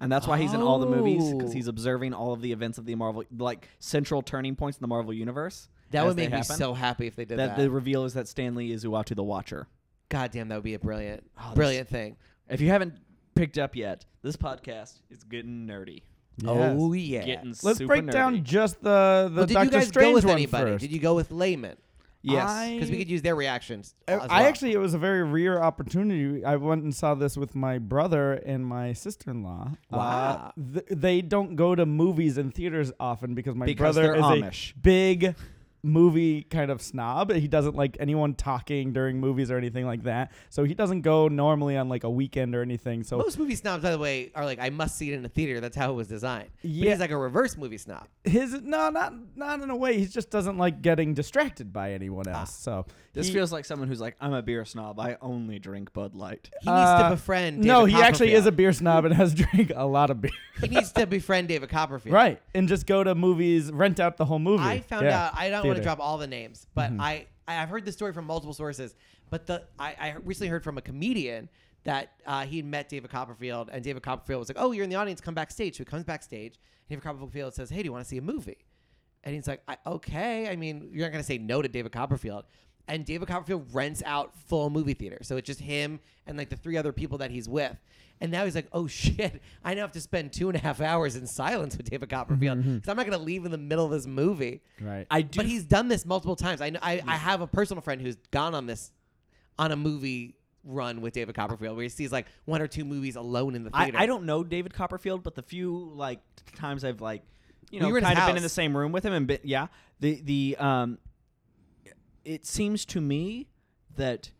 [SPEAKER 3] And that's why he's in all the movies because
[SPEAKER 1] Oh.
[SPEAKER 3] he's observing all of the events of the Marvel, like central turning points in the Marvel universe.
[SPEAKER 1] that
[SPEAKER 3] as
[SPEAKER 1] would
[SPEAKER 3] they
[SPEAKER 1] make me
[SPEAKER 3] happen.
[SPEAKER 1] so happy if they did that.
[SPEAKER 3] That the reveal is that Stan Lee is Uatu the Watcher.
[SPEAKER 1] God damn, that would be a brilliant,
[SPEAKER 3] that's-
[SPEAKER 1] brilliant thing.
[SPEAKER 3] If you haven't picked up yet, this podcast is getting nerdy.
[SPEAKER 2] Yes.
[SPEAKER 1] Oh yeah.
[SPEAKER 3] Getting
[SPEAKER 2] Let's
[SPEAKER 3] super
[SPEAKER 2] break down
[SPEAKER 3] nerdy.
[SPEAKER 2] just the the
[SPEAKER 1] well, did
[SPEAKER 2] Doctor
[SPEAKER 1] you guys
[SPEAKER 2] Strange
[SPEAKER 1] go with
[SPEAKER 2] one
[SPEAKER 1] anybody?
[SPEAKER 2] first.
[SPEAKER 1] Did you go with laymen?
[SPEAKER 3] Yes.
[SPEAKER 2] I-
[SPEAKER 1] Because we could use their reactions.
[SPEAKER 2] I,
[SPEAKER 1] as well.
[SPEAKER 2] I actually, it was a very rare opportunity. I went and saw this with my brother and my sister in law.
[SPEAKER 1] Wow.
[SPEAKER 2] th- they don't go to movies and theaters often because my
[SPEAKER 3] Because
[SPEAKER 2] brother
[SPEAKER 3] they're
[SPEAKER 2] is
[SPEAKER 3] Amish.
[SPEAKER 2] a big movie kind of snob. He doesn't like anyone talking during movies or anything like that. So he doesn't go normally on like a weekend or anything. So
[SPEAKER 1] most movie snobs, by the way, are like, I must see it in a theater. That's how it was designed. But
[SPEAKER 2] Yeah.
[SPEAKER 1] he's like a reverse movie snob.
[SPEAKER 2] his no, not not in a way. He just doesn't like getting distracted by anyone else.
[SPEAKER 1] Ah,
[SPEAKER 2] So
[SPEAKER 3] This
[SPEAKER 2] he-
[SPEAKER 3] feels like someone who's like, I'm a beer snob. I only drink Bud Light.
[SPEAKER 1] He needs to
[SPEAKER 2] Uh,
[SPEAKER 1] befriend.
[SPEAKER 2] no,
[SPEAKER 1] David
[SPEAKER 2] he actually is a
[SPEAKER 1] Copperfield.
[SPEAKER 2] beer snob and has [laughs] drank a lot of beer.
[SPEAKER 1] he needs to befriend David Copperfield.
[SPEAKER 2] Right. And just go to movies, rent out the whole movie.
[SPEAKER 1] I found
[SPEAKER 2] Yeah.
[SPEAKER 1] out. I don't want to
[SPEAKER 2] Theater.
[SPEAKER 1] drop all the names, but I I've heard this story from multiple sources. But the I, I recently heard from a comedian that uh, he had met David Copperfield, and David Copperfield was like, "Oh, you're in the audience. Come backstage." So he comes backstage, and David Copperfield says, "Hey, do you want to see a movie?" And he's like, I, "Okay. I mean, you're not gonna say no to David Copperfield." And David Copperfield rents out full movie theater, so it's just him and like the three other people that he's with. And now he's like, "Oh [laughs] shit! I now have to spend two and a half hours in silence with David Copperfield because I'm not gonna leave in the middle of this movie."
[SPEAKER 2] Right.
[SPEAKER 3] I do.
[SPEAKER 1] But he's done this multiple times. I, know, I I have a personal friend who's gone on this on a movie run with David Copperfield where he sees like one or two movies alone in the
[SPEAKER 3] I,
[SPEAKER 1] theater.
[SPEAKER 3] I don't know David Copperfield, but the few like times I've like, you
[SPEAKER 1] We
[SPEAKER 3] know,
[SPEAKER 1] were in his
[SPEAKER 3] kind of been
[SPEAKER 1] house.
[SPEAKER 3] in the same room with him and been, yeah, the the um, it seems to me that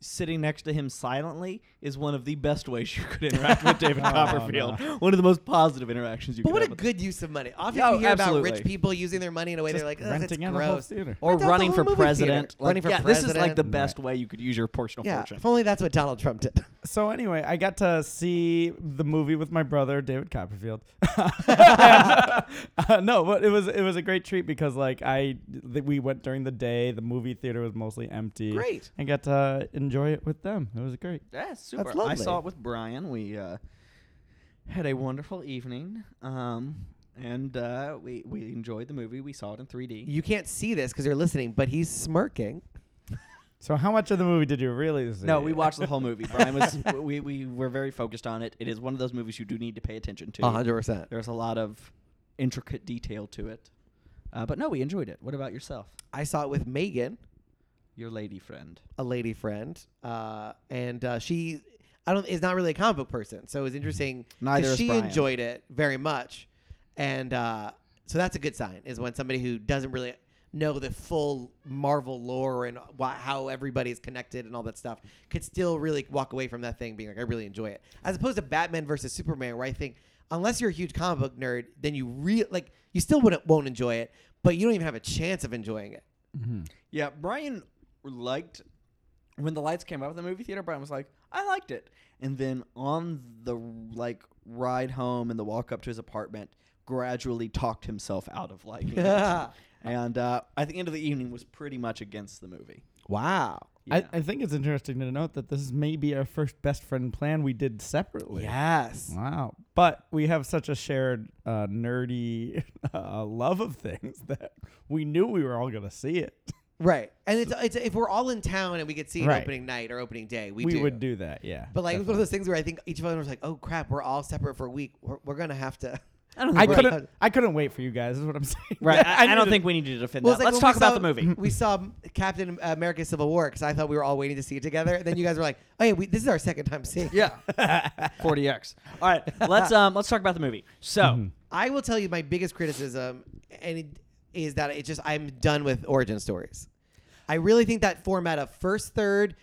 [SPEAKER 3] sitting next to him silently is one of the best ways you could interact with
[SPEAKER 1] [laughs]
[SPEAKER 3] David
[SPEAKER 2] Oh,
[SPEAKER 3] Copperfield. One of the most positive interactions you
[SPEAKER 1] But
[SPEAKER 3] could
[SPEAKER 1] what a
[SPEAKER 3] have with
[SPEAKER 1] good use of money. Often
[SPEAKER 3] Yeah,
[SPEAKER 1] we hear about
[SPEAKER 3] absolutely.
[SPEAKER 1] rich people using their money in a way
[SPEAKER 2] Just
[SPEAKER 1] they're like, Ugh, that's
[SPEAKER 2] renting out a whole
[SPEAKER 1] gross.
[SPEAKER 2] theater.
[SPEAKER 3] or
[SPEAKER 1] Rent out the
[SPEAKER 3] running
[SPEAKER 1] whole
[SPEAKER 3] for
[SPEAKER 1] movie theater.
[SPEAKER 3] president. Like,
[SPEAKER 1] Running for
[SPEAKER 3] yeah, this is like the
[SPEAKER 1] president.
[SPEAKER 3] best way you could use your personal
[SPEAKER 1] Yeah,
[SPEAKER 3] fortune.
[SPEAKER 1] if only that's what Donald Trump did.
[SPEAKER 2] So anyway, I got to see the movie with my brother David Copperfield. [laughs] Uh, no, but it was it was a great treat because like I th- we went during the day. The movie theater was mostly empty.
[SPEAKER 1] Great.
[SPEAKER 2] I got to enjoy it with them. It was great.
[SPEAKER 3] Yeah, super. I
[SPEAKER 1] lovely.
[SPEAKER 3] saw it with Brian. We uh, had a wonderful evening, um, and uh, we we enjoyed the movie. We saw it in 3D.
[SPEAKER 1] You can't see this because you're listening, but he's smirking.
[SPEAKER 2] So how much of the movie did you really see?
[SPEAKER 3] No, we watched the whole movie. Brian was [laughs] we, we were very focused on it. It is one of those movies you do need to pay attention to.
[SPEAKER 1] 100%.
[SPEAKER 3] There's a lot of intricate detail to it, uh, but no, we enjoyed it. What about yourself,
[SPEAKER 1] I saw it with Megan,
[SPEAKER 3] your lady friend?
[SPEAKER 1] a lady friend, uh, and uh, she I don't is not really a comic book person, so it was interesting. 'cause
[SPEAKER 3] Mm-hmm. Neither is
[SPEAKER 1] she
[SPEAKER 3] Brian.
[SPEAKER 1] enjoyed it very much, and uh, so that's a good sign. Is when somebody who doesn't really know the full Marvel lore and why, how everybody is connected and all that stuff could still really walk away from that thing being like, I really enjoy it, as opposed to Batman versus Superman, where I think unless you're a huge comic book nerd, then you re- like you still wouldn't won't enjoy it, but you don't even have a chance of enjoying it.
[SPEAKER 2] Mm-hmm.
[SPEAKER 3] Yeah, Brian liked when the lights came up at the movie theater. Brian was like, "I liked it," and then on the like ride home and the walk up to his apartment, gradually talked himself out of liking [laughs] it. And uh, at the end of the evening, was pretty much against the movie.
[SPEAKER 1] Wow.
[SPEAKER 2] I, I think it's interesting to note that this is maybe our first best friend plan we did separately.
[SPEAKER 1] Yes.
[SPEAKER 2] Wow. But we have such a shared uh, nerdy [laughs] uh, love of things [laughs] that we knew we were all going to see it.
[SPEAKER 1] Right. And it's, it's if we're all in town and we could see an
[SPEAKER 2] Right.
[SPEAKER 1] opening night or opening day, we,
[SPEAKER 2] We,
[SPEAKER 1] do.
[SPEAKER 2] would do that, yeah.
[SPEAKER 1] But like it was one of those things where I think each of us was like, "Oh crap, we're all separate for a week. We're, we're gonna have to." I don't
[SPEAKER 2] I couldn't. I couldn't wait for you guys. Is what I'm [laughs] saying.
[SPEAKER 3] Right. I, I, don't
[SPEAKER 2] needed-
[SPEAKER 3] think we need to
[SPEAKER 1] [laughs]
[SPEAKER 3] defend
[SPEAKER 1] Well, it's
[SPEAKER 3] that.
[SPEAKER 1] like
[SPEAKER 3] Let's
[SPEAKER 1] when we
[SPEAKER 3] talk about
[SPEAKER 1] saw-
[SPEAKER 3] the movie.
[SPEAKER 1] [laughs] We saw Captain America: Civil War because I thought we were all waiting to see it together. And then you guys were like, "Oh yeah, we, this is our second time seeing." it."
[SPEAKER 3] [laughs] Yeah. [laughs] 40x. All right. Let's um let's talk about the movie. So,
[SPEAKER 1] I will tell you my biggest criticism, and it, is that it just I'm done with origin stories. I really think that format of first third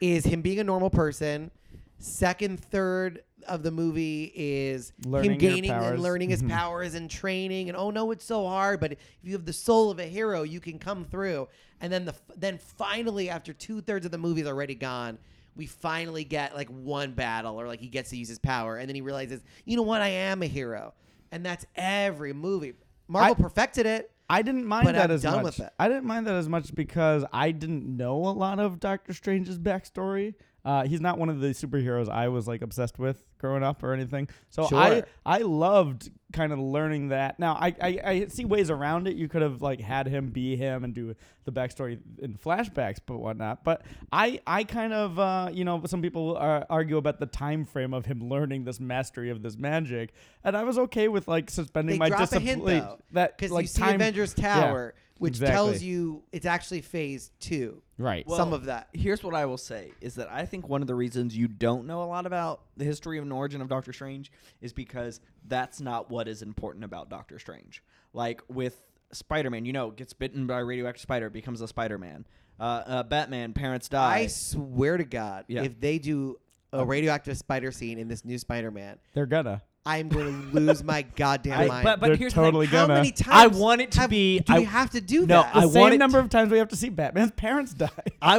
[SPEAKER 1] is him being a normal person. Second third of the movie is him
[SPEAKER 2] Learning your
[SPEAKER 1] gaining and
[SPEAKER 2] powers.
[SPEAKER 1] learning his powers and training and oh no it's so hard but if you have the soul of a hero you can come through and then the then finally after two thirds of the movie is already gone we finally get like one battle or like he gets to use his power and then he realizes you know what I am a hero and that's every movie Marvel
[SPEAKER 2] I-
[SPEAKER 1] perfected it
[SPEAKER 2] I didn't mind
[SPEAKER 1] But
[SPEAKER 2] that
[SPEAKER 1] I'm
[SPEAKER 2] as
[SPEAKER 1] done
[SPEAKER 2] much.
[SPEAKER 1] with it.
[SPEAKER 2] I didn't mind that as much because I didn't know a lot of Doctor Strange's backstory. Uh, he's not one of the superheroes I was like obsessed with growing up or anything. So I
[SPEAKER 1] Sure.
[SPEAKER 2] I loved kind of learning that. Now I, I I see ways around it. You could have like had him be him and do the backstory in flashbacks, but whatnot. But I I kind of uh, you know some people uh, argue about the time frame of him learning this mastery of this magic, and I was okay with like suspending
[SPEAKER 1] they
[SPEAKER 2] my
[SPEAKER 1] drop a hint
[SPEAKER 2] disbelief
[SPEAKER 1] though
[SPEAKER 2] that
[SPEAKER 1] because
[SPEAKER 2] like
[SPEAKER 1] you see
[SPEAKER 2] time-
[SPEAKER 1] Avengers
[SPEAKER 2] Yeah.
[SPEAKER 1] Tower which
[SPEAKER 2] exactly.
[SPEAKER 1] tells you it's actually phase two
[SPEAKER 2] Right.
[SPEAKER 3] Well-
[SPEAKER 1] some of that
[SPEAKER 3] here's what I will say is that I think one of the reasons you don't know a lot about the history and origin of Doctor Strange is because that's not what is important about Doctor Strange. Like with Spider-Man, you know, gets bitten by a radioactive spider, becomes a Spider-Man. Uh, uh, Batman, parents die.
[SPEAKER 1] I swear to God,
[SPEAKER 3] Yeah. Oh.
[SPEAKER 1] if they do a radioactive spider scene in this new Spider-Man,
[SPEAKER 2] They're gonna.
[SPEAKER 1] I'm going to lose
[SPEAKER 3] [laughs]
[SPEAKER 1] my goddamn
[SPEAKER 3] I-
[SPEAKER 1] mind.
[SPEAKER 3] but but
[SPEAKER 2] They're
[SPEAKER 3] here's
[SPEAKER 2] totally
[SPEAKER 3] the thing.
[SPEAKER 1] How
[SPEAKER 2] gonna-
[SPEAKER 1] many times?
[SPEAKER 3] I want it to
[SPEAKER 1] have-
[SPEAKER 3] be-
[SPEAKER 1] Do
[SPEAKER 3] I-
[SPEAKER 1] we have to do
[SPEAKER 3] No,
[SPEAKER 1] that?
[SPEAKER 2] The
[SPEAKER 3] I want
[SPEAKER 2] same
[SPEAKER 3] it
[SPEAKER 2] number of times we have to see Batman's [laughs] parents die.
[SPEAKER 3] I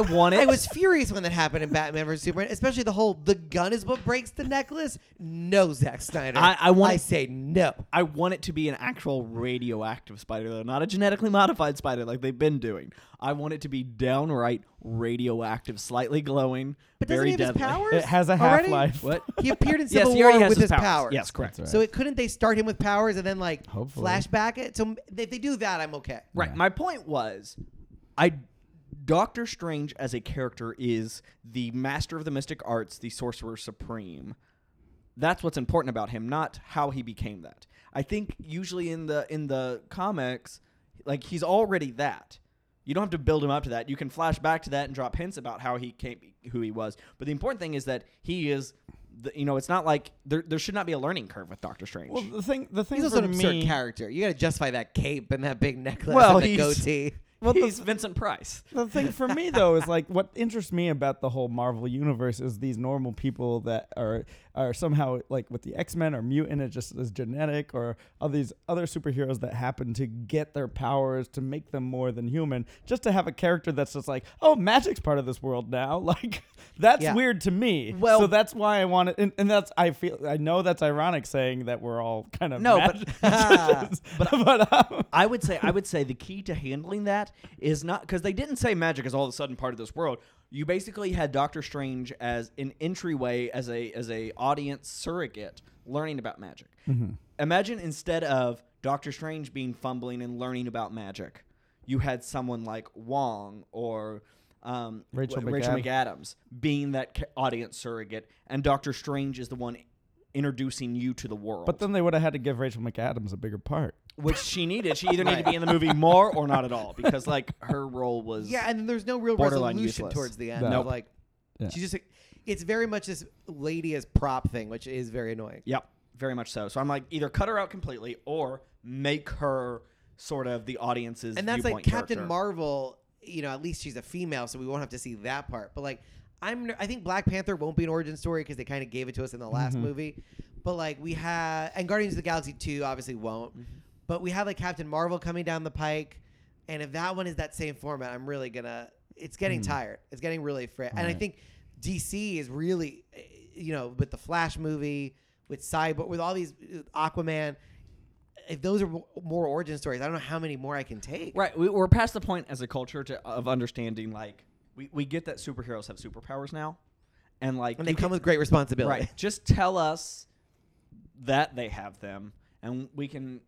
[SPEAKER 1] [laughs]
[SPEAKER 3] want it.
[SPEAKER 1] I was furious when that happened in Batman vs Superman, especially the whole "the gun is what breaks the necklace." No, Zack Snyder.
[SPEAKER 3] I- I want-
[SPEAKER 1] I say no.
[SPEAKER 3] [laughs] I want it to be an actual radioactive spider, though, not a genetically modified spider like they've been doing. I want it to be downright radioactive, slightly glowing,
[SPEAKER 1] But doesn't
[SPEAKER 3] very
[SPEAKER 1] he have
[SPEAKER 3] deadly.
[SPEAKER 1] his powers?
[SPEAKER 2] it has a half
[SPEAKER 1] already?
[SPEAKER 2] life.
[SPEAKER 3] What?
[SPEAKER 1] He appeared in
[SPEAKER 3] [laughs] Yes,
[SPEAKER 1] Civil
[SPEAKER 3] he
[SPEAKER 1] War
[SPEAKER 3] already has
[SPEAKER 1] with
[SPEAKER 3] his
[SPEAKER 1] his
[SPEAKER 3] powers.
[SPEAKER 1] powers.
[SPEAKER 3] Yes, correct.
[SPEAKER 2] That's
[SPEAKER 1] So it couldn't they start him with powers and then like
[SPEAKER 2] Hopefully.
[SPEAKER 1] flashback it? So m- if they do that, I'm okay.
[SPEAKER 3] Right. My point was, I Doctor Strange as a character is the master of the mystic arts, the sorcerer supreme. That's what's important about him, not how he became that. I think usually in the in the comics, like he's already that. You don't have to build him up to that. You can flash back to that and drop hints about how he came, who he was. But the important thing is that he is, the, you know, it's not like there, there should not be a learning curve with Doctor Strange.
[SPEAKER 2] Well, the thing, the thing
[SPEAKER 1] He's also
[SPEAKER 2] for
[SPEAKER 1] an absurd
[SPEAKER 2] me,
[SPEAKER 1] character. You got to justify that cape and that big necklace
[SPEAKER 3] Well,
[SPEAKER 1] and the
[SPEAKER 3] he's-
[SPEAKER 1] goatee.
[SPEAKER 2] well,
[SPEAKER 3] He's
[SPEAKER 2] the,
[SPEAKER 3] Vincent Price.
[SPEAKER 2] the thing for me though is like what interests me about the whole Marvel universe is these normal people that are are somehow like with the X Men or mutant. It just is genetic, or all these other superheroes that happen to get their powers to make them more than human. Just to have a character that's just like, oh, magic's part of this world now. [laughs] Like that's
[SPEAKER 1] Yeah.
[SPEAKER 2] weird to me.
[SPEAKER 1] Well-
[SPEAKER 2] so that's why I want it, and, and that's I feel I know that's ironic saying that we're all kind of
[SPEAKER 3] No,
[SPEAKER 2] mag- [laughs]
[SPEAKER 3] but-
[SPEAKER 2] but, um,
[SPEAKER 3] [laughs] I would say I would say the key to handling that is not because they didn't say magic is all of a sudden part of this world. You basically had Doctor Strange as an entryway as a as a audience surrogate learning about magic.
[SPEAKER 2] Mm-hmm.
[SPEAKER 3] Imagine instead of Doctor Strange being fumbling and learning about magic, you had someone like Wong or um,
[SPEAKER 2] Rachel
[SPEAKER 3] w- Rachel
[SPEAKER 2] McAd-
[SPEAKER 3] McAdams being that ca- audience surrogate, and Doctor Strange is the one introducing you to the world.
[SPEAKER 2] But then they would have had to give Rachel McAdams a bigger part.
[SPEAKER 3] which she needed. She either needed to be in the movie more or not
[SPEAKER 1] [laughs]
[SPEAKER 3] at all because like her role
[SPEAKER 1] [laughs]
[SPEAKER 3] was
[SPEAKER 1] Yeah, and there's no real
[SPEAKER 3] borderline
[SPEAKER 1] resolution
[SPEAKER 3] useless.
[SPEAKER 1] towards the end.
[SPEAKER 2] No.
[SPEAKER 1] Of like,
[SPEAKER 2] Yeah.
[SPEAKER 1] she's just. It's very much this lady as prop thing, which is very annoying.
[SPEAKER 3] yep, very much so. So I'm like either cut her out completely or make her sort of the audience's
[SPEAKER 1] and that's like
[SPEAKER 3] viewpoint
[SPEAKER 1] Captain
[SPEAKER 3] character.
[SPEAKER 1] Marvel. You know, at least she's a female, so we won't have to see that part. But like, I'm I think Black Panther won't be an origin story because they kind of gave it to us in the last
[SPEAKER 3] Mm-hmm.
[SPEAKER 1] movie. But like, we had and Guardians of the Galaxy two obviously won't.
[SPEAKER 3] Mm-hmm.
[SPEAKER 1] But we have like Captain Marvel coming down the pike, and if that one is that same format, I'm really gonna. It's getting
[SPEAKER 3] Mm.
[SPEAKER 1] tired. It's getting really fra And I think DC is really, eh, you know, with the Flash movie, with Cyborg, with all these uh, Aquaman. If those are mo- more origin stories, I don't know how many more I can take.
[SPEAKER 3] Right, we, we're past the point as a culture to, of understanding like we, we get that superheroes have superpowers now, and like
[SPEAKER 1] And they
[SPEAKER 3] you can-
[SPEAKER 1] come with great responsibility. [laughs]
[SPEAKER 2] [laughs]
[SPEAKER 3] Right. Just tell us that they have them, and we can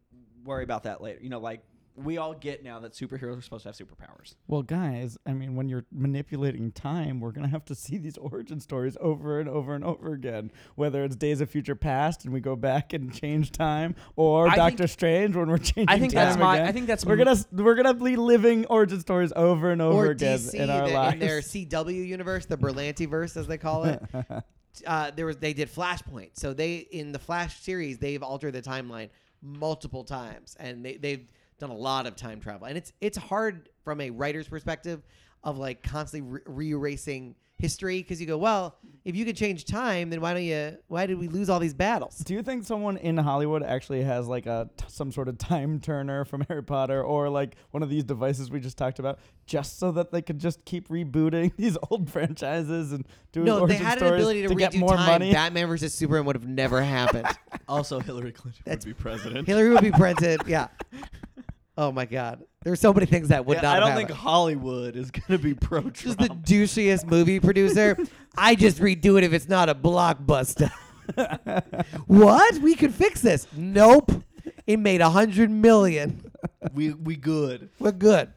[SPEAKER 3] worry about that later. You know, like we all get now that superheroes are supposed to have superpowers.
[SPEAKER 2] Well, guys, I mean, when you're manipulating time, we're going to have to see these [laughs] origin stories over and over and over again. Whether it's Days of Future Past and we go back and change time, or
[SPEAKER 3] I
[SPEAKER 2] Doctor
[SPEAKER 3] think-
[SPEAKER 2] Strange when we're [laughs] changing
[SPEAKER 3] I think
[SPEAKER 2] time
[SPEAKER 3] that's my-
[SPEAKER 2] again.
[SPEAKER 3] I think that's
[SPEAKER 2] we're
[SPEAKER 3] m-
[SPEAKER 2] gonna we're gonna be living origin stories over and over
[SPEAKER 1] Or
[SPEAKER 2] again
[SPEAKER 1] DC
[SPEAKER 2] in our
[SPEAKER 1] the-
[SPEAKER 2] lives.
[SPEAKER 1] in their CW universe, the Berlantiverse as they
[SPEAKER 2] [laughs]
[SPEAKER 1] call it. uh, there was they did Flashpoint. So they in the Flash series, they've altered the timeline multiple times, and they they've done a lot of time travel. And it's it's hard from a writer's perspective of like constantly re erasing history because you go, well, if you could change time, then why don't you? Why did we lose all these battles?
[SPEAKER 2] Do you think someone in Hollywood actually has like a t- some sort of time turner from [laughs] Harry Potter or like one of these devices we just talked about, just so that they could just keep rebooting [laughs] these old franchises and doing
[SPEAKER 1] No, they
[SPEAKER 2] origin
[SPEAKER 1] had an
[SPEAKER 2] stories
[SPEAKER 1] ability to, redo
[SPEAKER 2] get more
[SPEAKER 1] time.
[SPEAKER 2] money?
[SPEAKER 1] Batman versus Superman would have
[SPEAKER 2] [laughs]
[SPEAKER 1] never happened.
[SPEAKER 3] Also, Hillary Clinton
[SPEAKER 1] That's-
[SPEAKER 3] would be president.
[SPEAKER 1] Hillary would be president. Yeah. Oh my God. There's so many things that would
[SPEAKER 3] Yeah,
[SPEAKER 1] not.
[SPEAKER 3] I don't
[SPEAKER 1] have
[SPEAKER 3] think
[SPEAKER 1] happened.
[SPEAKER 3] Hollywood is going to be [laughs] pro
[SPEAKER 1] Just
[SPEAKER 3] Trump.
[SPEAKER 1] the douchiest movie producer. I just redo it if it's not a blockbuster. [laughs] what? We could fix this. Nope. It made a hundred million.
[SPEAKER 3] we
[SPEAKER 1] [laughs]
[SPEAKER 3] we good.
[SPEAKER 1] We're good.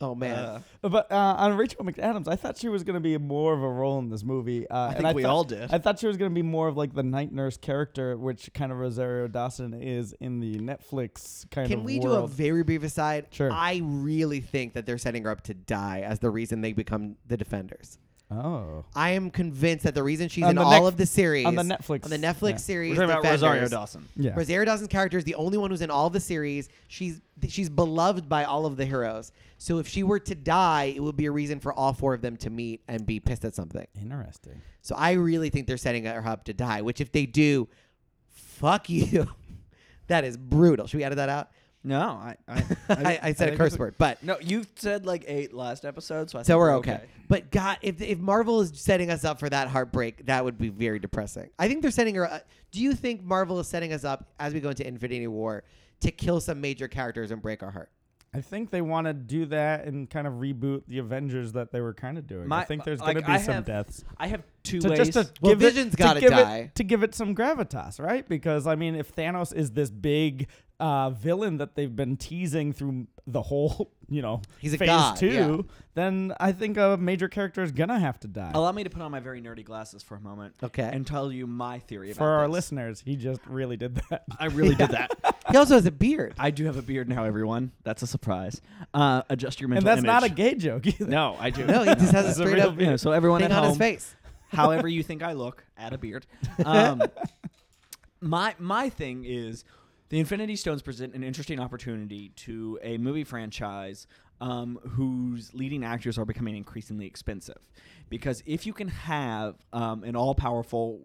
[SPEAKER 1] Oh man.
[SPEAKER 2] But uh, on Rachel McAdams, I thought she was going to be more of a role in this movie. Uh, I
[SPEAKER 3] think we
[SPEAKER 2] thought-
[SPEAKER 3] all did.
[SPEAKER 2] I thought she was going to be more of like the night nurse character, which kind of Rosario Dawson is in the Netflix kind
[SPEAKER 1] Can
[SPEAKER 2] of
[SPEAKER 1] we do a
[SPEAKER 2] world.
[SPEAKER 1] very brief aside?
[SPEAKER 2] Sure.
[SPEAKER 1] I really think that they're setting her up to die as the reason they become the defenders.
[SPEAKER 2] oh,
[SPEAKER 1] I am convinced that the reason she's
[SPEAKER 2] On
[SPEAKER 1] in
[SPEAKER 2] the
[SPEAKER 1] all
[SPEAKER 2] Nex-
[SPEAKER 1] of the series
[SPEAKER 2] on the Netflix-
[SPEAKER 1] on the Netflix
[SPEAKER 2] yeah.
[SPEAKER 1] series.
[SPEAKER 3] We're talking about
[SPEAKER 1] Defenders,
[SPEAKER 3] Rosario Dawson.
[SPEAKER 2] yeah.
[SPEAKER 1] Rosario Dawson's character is the only one who's in all the series. She's she's beloved by all of the heroes. So if she were to die, it would be a reason for all four of them to meet and be pissed at something.
[SPEAKER 2] Interesting.
[SPEAKER 1] So I really think they're setting her up to die. Which if they do, fuck you. [laughs] that is brutal. Should we edit that out? [laughs]
[SPEAKER 3] No, I I,
[SPEAKER 1] [laughs] I, I said a curse word, but
[SPEAKER 3] No, you said like eight last episode, so I
[SPEAKER 1] so we're okay. But God, if if Marvel is setting us up for that heartbreak, that would be very depressing. I think they're setting her. Uh, do you think Marvel is setting us up as we go into Infinity War to kill some major characters and break our heart?
[SPEAKER 2] I think they want to do that and kind of reboot the Avengers that they were kind of doing. I think there's going to be some deaths.
[SPEAKER 3] I have two
[SPEAKER 2] To
[SPEAKER 3] ways.
[SPEAKER 2] just to
[SPEAKER 1] Well,
[SPEAKER 2] give it-
[SPEAKER 1] Vision's
[SPEAKER 2] to
[SPEAKER 1] gotta
[SPEAKER 2] give it-
[SPEAKER 1] die.
[SPEAKER 2] to give it some gravitas, right? Because I mean, if Thanos is this big uh, villain that they've been teasing through the whole, [laughs] you know,
[SPEAKER 1] He's a
[SPEAKER 2] phase
[SPEAKER 1] god,
[SPEAKER 2] two,
[SPEAKER 1] yeah.
[SPEAKER 2] then I think a major character is gonna have to die.
[SPEAKER 3] Allow me to put on my very nerdy glasses for a moment,
[SPEAKER 1] Okay.
[SPEAKER 3] and tell you my theory about
[SPEAKER 2] For our
[SPEAKER 3] this.
[SPEAKER 2] listeners, he just really did that.
[SPEAKER 3] [laughs] I
[SPEAKER 2] [laughs]
[SPEAKER 3] really did that.
[SPEAKER 1] He also has a beard.
[SPEAKER 3] I do have a beard now, everyone. That's a surprise. Uh, adjust your
[SPEAKER 2] and
[SPEAKER 3] mental
[SPEAKER 2] that's
[SPEAKER 3] image.
[SPEAKER 2] not a gay joke either.
[SPEAKER 3] No, I do.
[SPEAKER 1] No, he just has a
[SPEAKER 2] It's a
[SPEAKER 1] straight
[SPEAKER 2] real
[SPEAKER 1] up
[SPEAKER 3] Yeah,
[SPEAKER 1] thing
[SPEAKER 3] so everyone
[SPEAKER 1] on
[SPEAKER 3] at home,
[SPEAKER 1] his face.
[SPEAKER 3] however you think I look, add a beard. Um, my my thing is the Infinity Stones present an interesting opportunity to a movie franchise um, whose leading actors are becoming increasingly expensive. Because if you can have um, an all powerful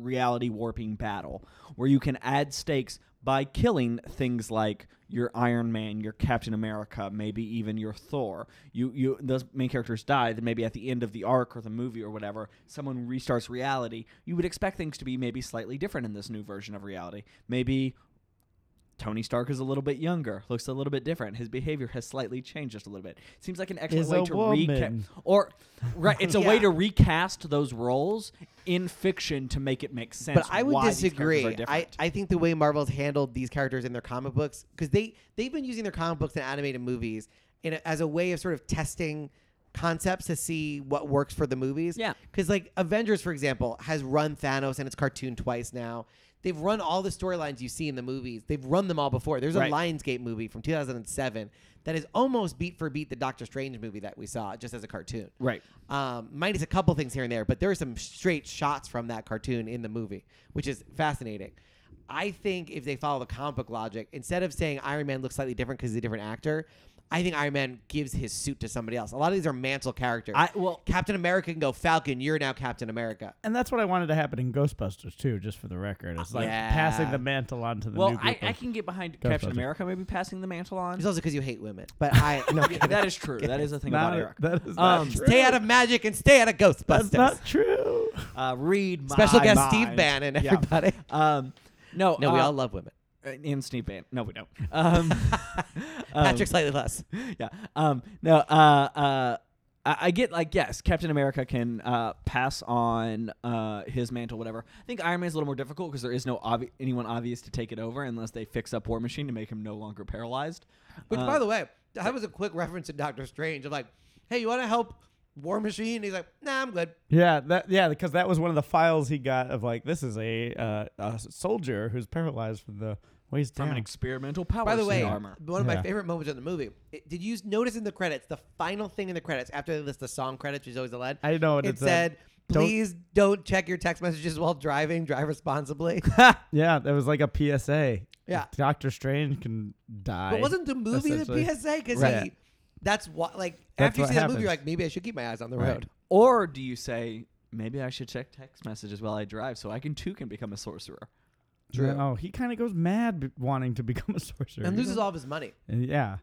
[SPEAKER 3] reality warping battle where you can add stakes by killing things like your Iron Man, your Captain America, maybe even your Thor. You you those main characters die, then maybe at the end of the arc or the movie or whatever, someone restarts reality. You would expect things to be maybe slightly different in this new version of reality. Maybe Tony Stark is a little bit younger, looks a little bit different. His behavior has slightly changed just a little bit. Seems like an excellent
[SPEAKER 2] Is
[SPEAKER 3] way
[SPEAKER 2] a
[SPEAKER 3] to recast,
[SPEAKER 2] woman.
[SPEAKER 3] or right, [laughs] it's a way
[SPEAKER 1] Yeah.
[SPEAKER 3] to recast those roles in fiction to make it make sense.
[SPEAKER 1] But I would
[SPEAKER 3] why these characters are
[SPEAKER 1] disagree. I,
[SPEAKER 3] different.
[SPEAKER 1] I think the way Marvel's handled these characters in their comic books, because they, they've been using their comic books and animated movies in a, as a way of sort of testing concepts to see what works for the movies.
[SPEAKER 3] Yeah.
[SPEAKER 1] Because, like, Avengers, for example, has run Thanos and its cartoon twice now. They've run all the storylines you see in the movies. They've run them all before. There's a
[SPEAKER 3] Right.
[SPEAKER 1] Lionsgate movie from 2007 that is almost beat for beat the Doctor Strange movie that we saw just as a cartoon.
[SPEAKER 3] Right.
[SPEAKER 1] Um, minus a couple things here and there, but there are some straight shots from that cartoon in the movie, which is fascinating. I think if they follow the comic book logic, instead of saying Iron Man looks slightly different because he's a different actor, I think Iron Man gives his suit to somebody else. A lot of these are mantle characters.
[SPEAKER 3] I- well-
[SPEAKER 1] Captain America can go Falcon. You're now Captain America.
[SPEAKER 2] And that's what I wanted to happen in Ghostbusters too, just for the record. It's like
[SPEAKER 1] Yeah.
[SPEAKER 2] passing the mantle on to the new
[SPEAKER 3] well, I,
[SPEAKER 2] group
[SPEAKER 3] I
[SPEAKER 2] of-
[SPEAKER 3] can get behind
[SPEAKER 2] Ghostbusters.
[SPEAKER 3] Captain America maybe passing the mantle on.
[SPEAKER 1] It's also because you hate women, but [laughs] I no.
[SPEAKER 3] Yeah, that is true. That is a thing
[SPEAKER 2] Not-
[SPEAKER 3] about Eric.
[SPEAKER 2] That is not
[SPEAKER 3] Um,
[SPEAKER 2] true.
[SPEAKER 1] Stay out of magic and stay out of
[SPEAKER 2] That's
[SPEAKER 1] Ghostbusters.
[SPEAKER 2] not true.
[SPEAKER 3] Uh, read my
[SPEAKER 1] Special guest
[SPEAKER 3] mind.
[SPEAKER 1] Steve Bannon,
[SPEAKER 3] Yeah.
[SPEAKER 1] everybody.
[SPEAKER 3] Um, no,
[SPEAKER 1] No, we
[SPEAKER 3] uh,
[SPEAKER 1] all love women.
[SPEAKER 3] and Steve Bannon. No, we don't.
[SPEAKER 1] [laughs]
[SPEAKER 3] Um,
[SPEAKER 1] Patrick slightly less.
[SPEAKER 3] yeah. Um, no. Uh, uh, I, I get like yes, Captain America can uh, pass on uh, his mantle, whatever. I think Iron Man's a little more difficult because there is no obvi- anyone obvious to take it over unless they fix up War Machine to make him no longer paralyzed.
[SPEAKER 1] Which,
[SPEAKER 3] Uh,
[SPEAKER 1] by the way, that was a quick reference to Doctor Strange of like, hey, you want to help War Machine? He's like, nah, I'm good.
[SPEAKER 2] Yeah, that yeah, because that was one of the files he got of like this is a uh, a soldier who's paralyzed from the waist
[SPEAKER 3] from an
[SPEAKER 2] down.
[SPEAKER 3] experimental power
[SPEAKER 1] By the
[SPEAKER 3] suit
[SPEAKER 1] way,
[SPEAKER 3] armor.
[SPEAKER 1] one of my
[SPEAKER 2] Yeah.
[SPEAKER 1] favorite moments in the movie. it- did you notice in the credits, the final thing in the credits after they list the song credits, which is always the lead?
[SPEAKER 2] I know what
[SPEAKER 1] it,
[SPEAKER 2] it said.
[SPEAKER 1] said.
[SPEAKER 2] Don't-
[SPEAKER 1] Please don't check your text messages while driving. Drive
[SPEAKER 2] [laughs]
[SPEAKER 1] responsibly.
[SPEAKER 2] yeah, that was like a PSA.
[SPEAKER 1] Yeah.
[SPEAKER 2] If Doctor Strange can die.
[SPEAKER 1] but wasn't the movie the
[SPEAKER 2] essentially.
[SPEAKER 1] PSA? Because
[SPEAKER 2] Right.
[SPEAKER 1] he, that's what like
[SPEAKER 2] That's
[SPEAKER 1] after you
[SPEAKER 2] what
[SPEAKER 1] see that movie, you're
[SPEAKER 2] happens.
[SPEAKER 1] like, maybe I should keep my eyes on the
[SPEAKER 2] Right.
[SPEAKER 1] road.
[SPEAKER 3] Or do you say maybe I should check text messages while I drive so I can too can become a sorcerer?
[SPEAKER 1] True.
[SPEAKER 2] No, Oh, he kind of goes mad b- wanting to become a [laughs] sorcerer.
[SPEAKER 1] And loses all of his money.
[SPEAKER 2] And yeah.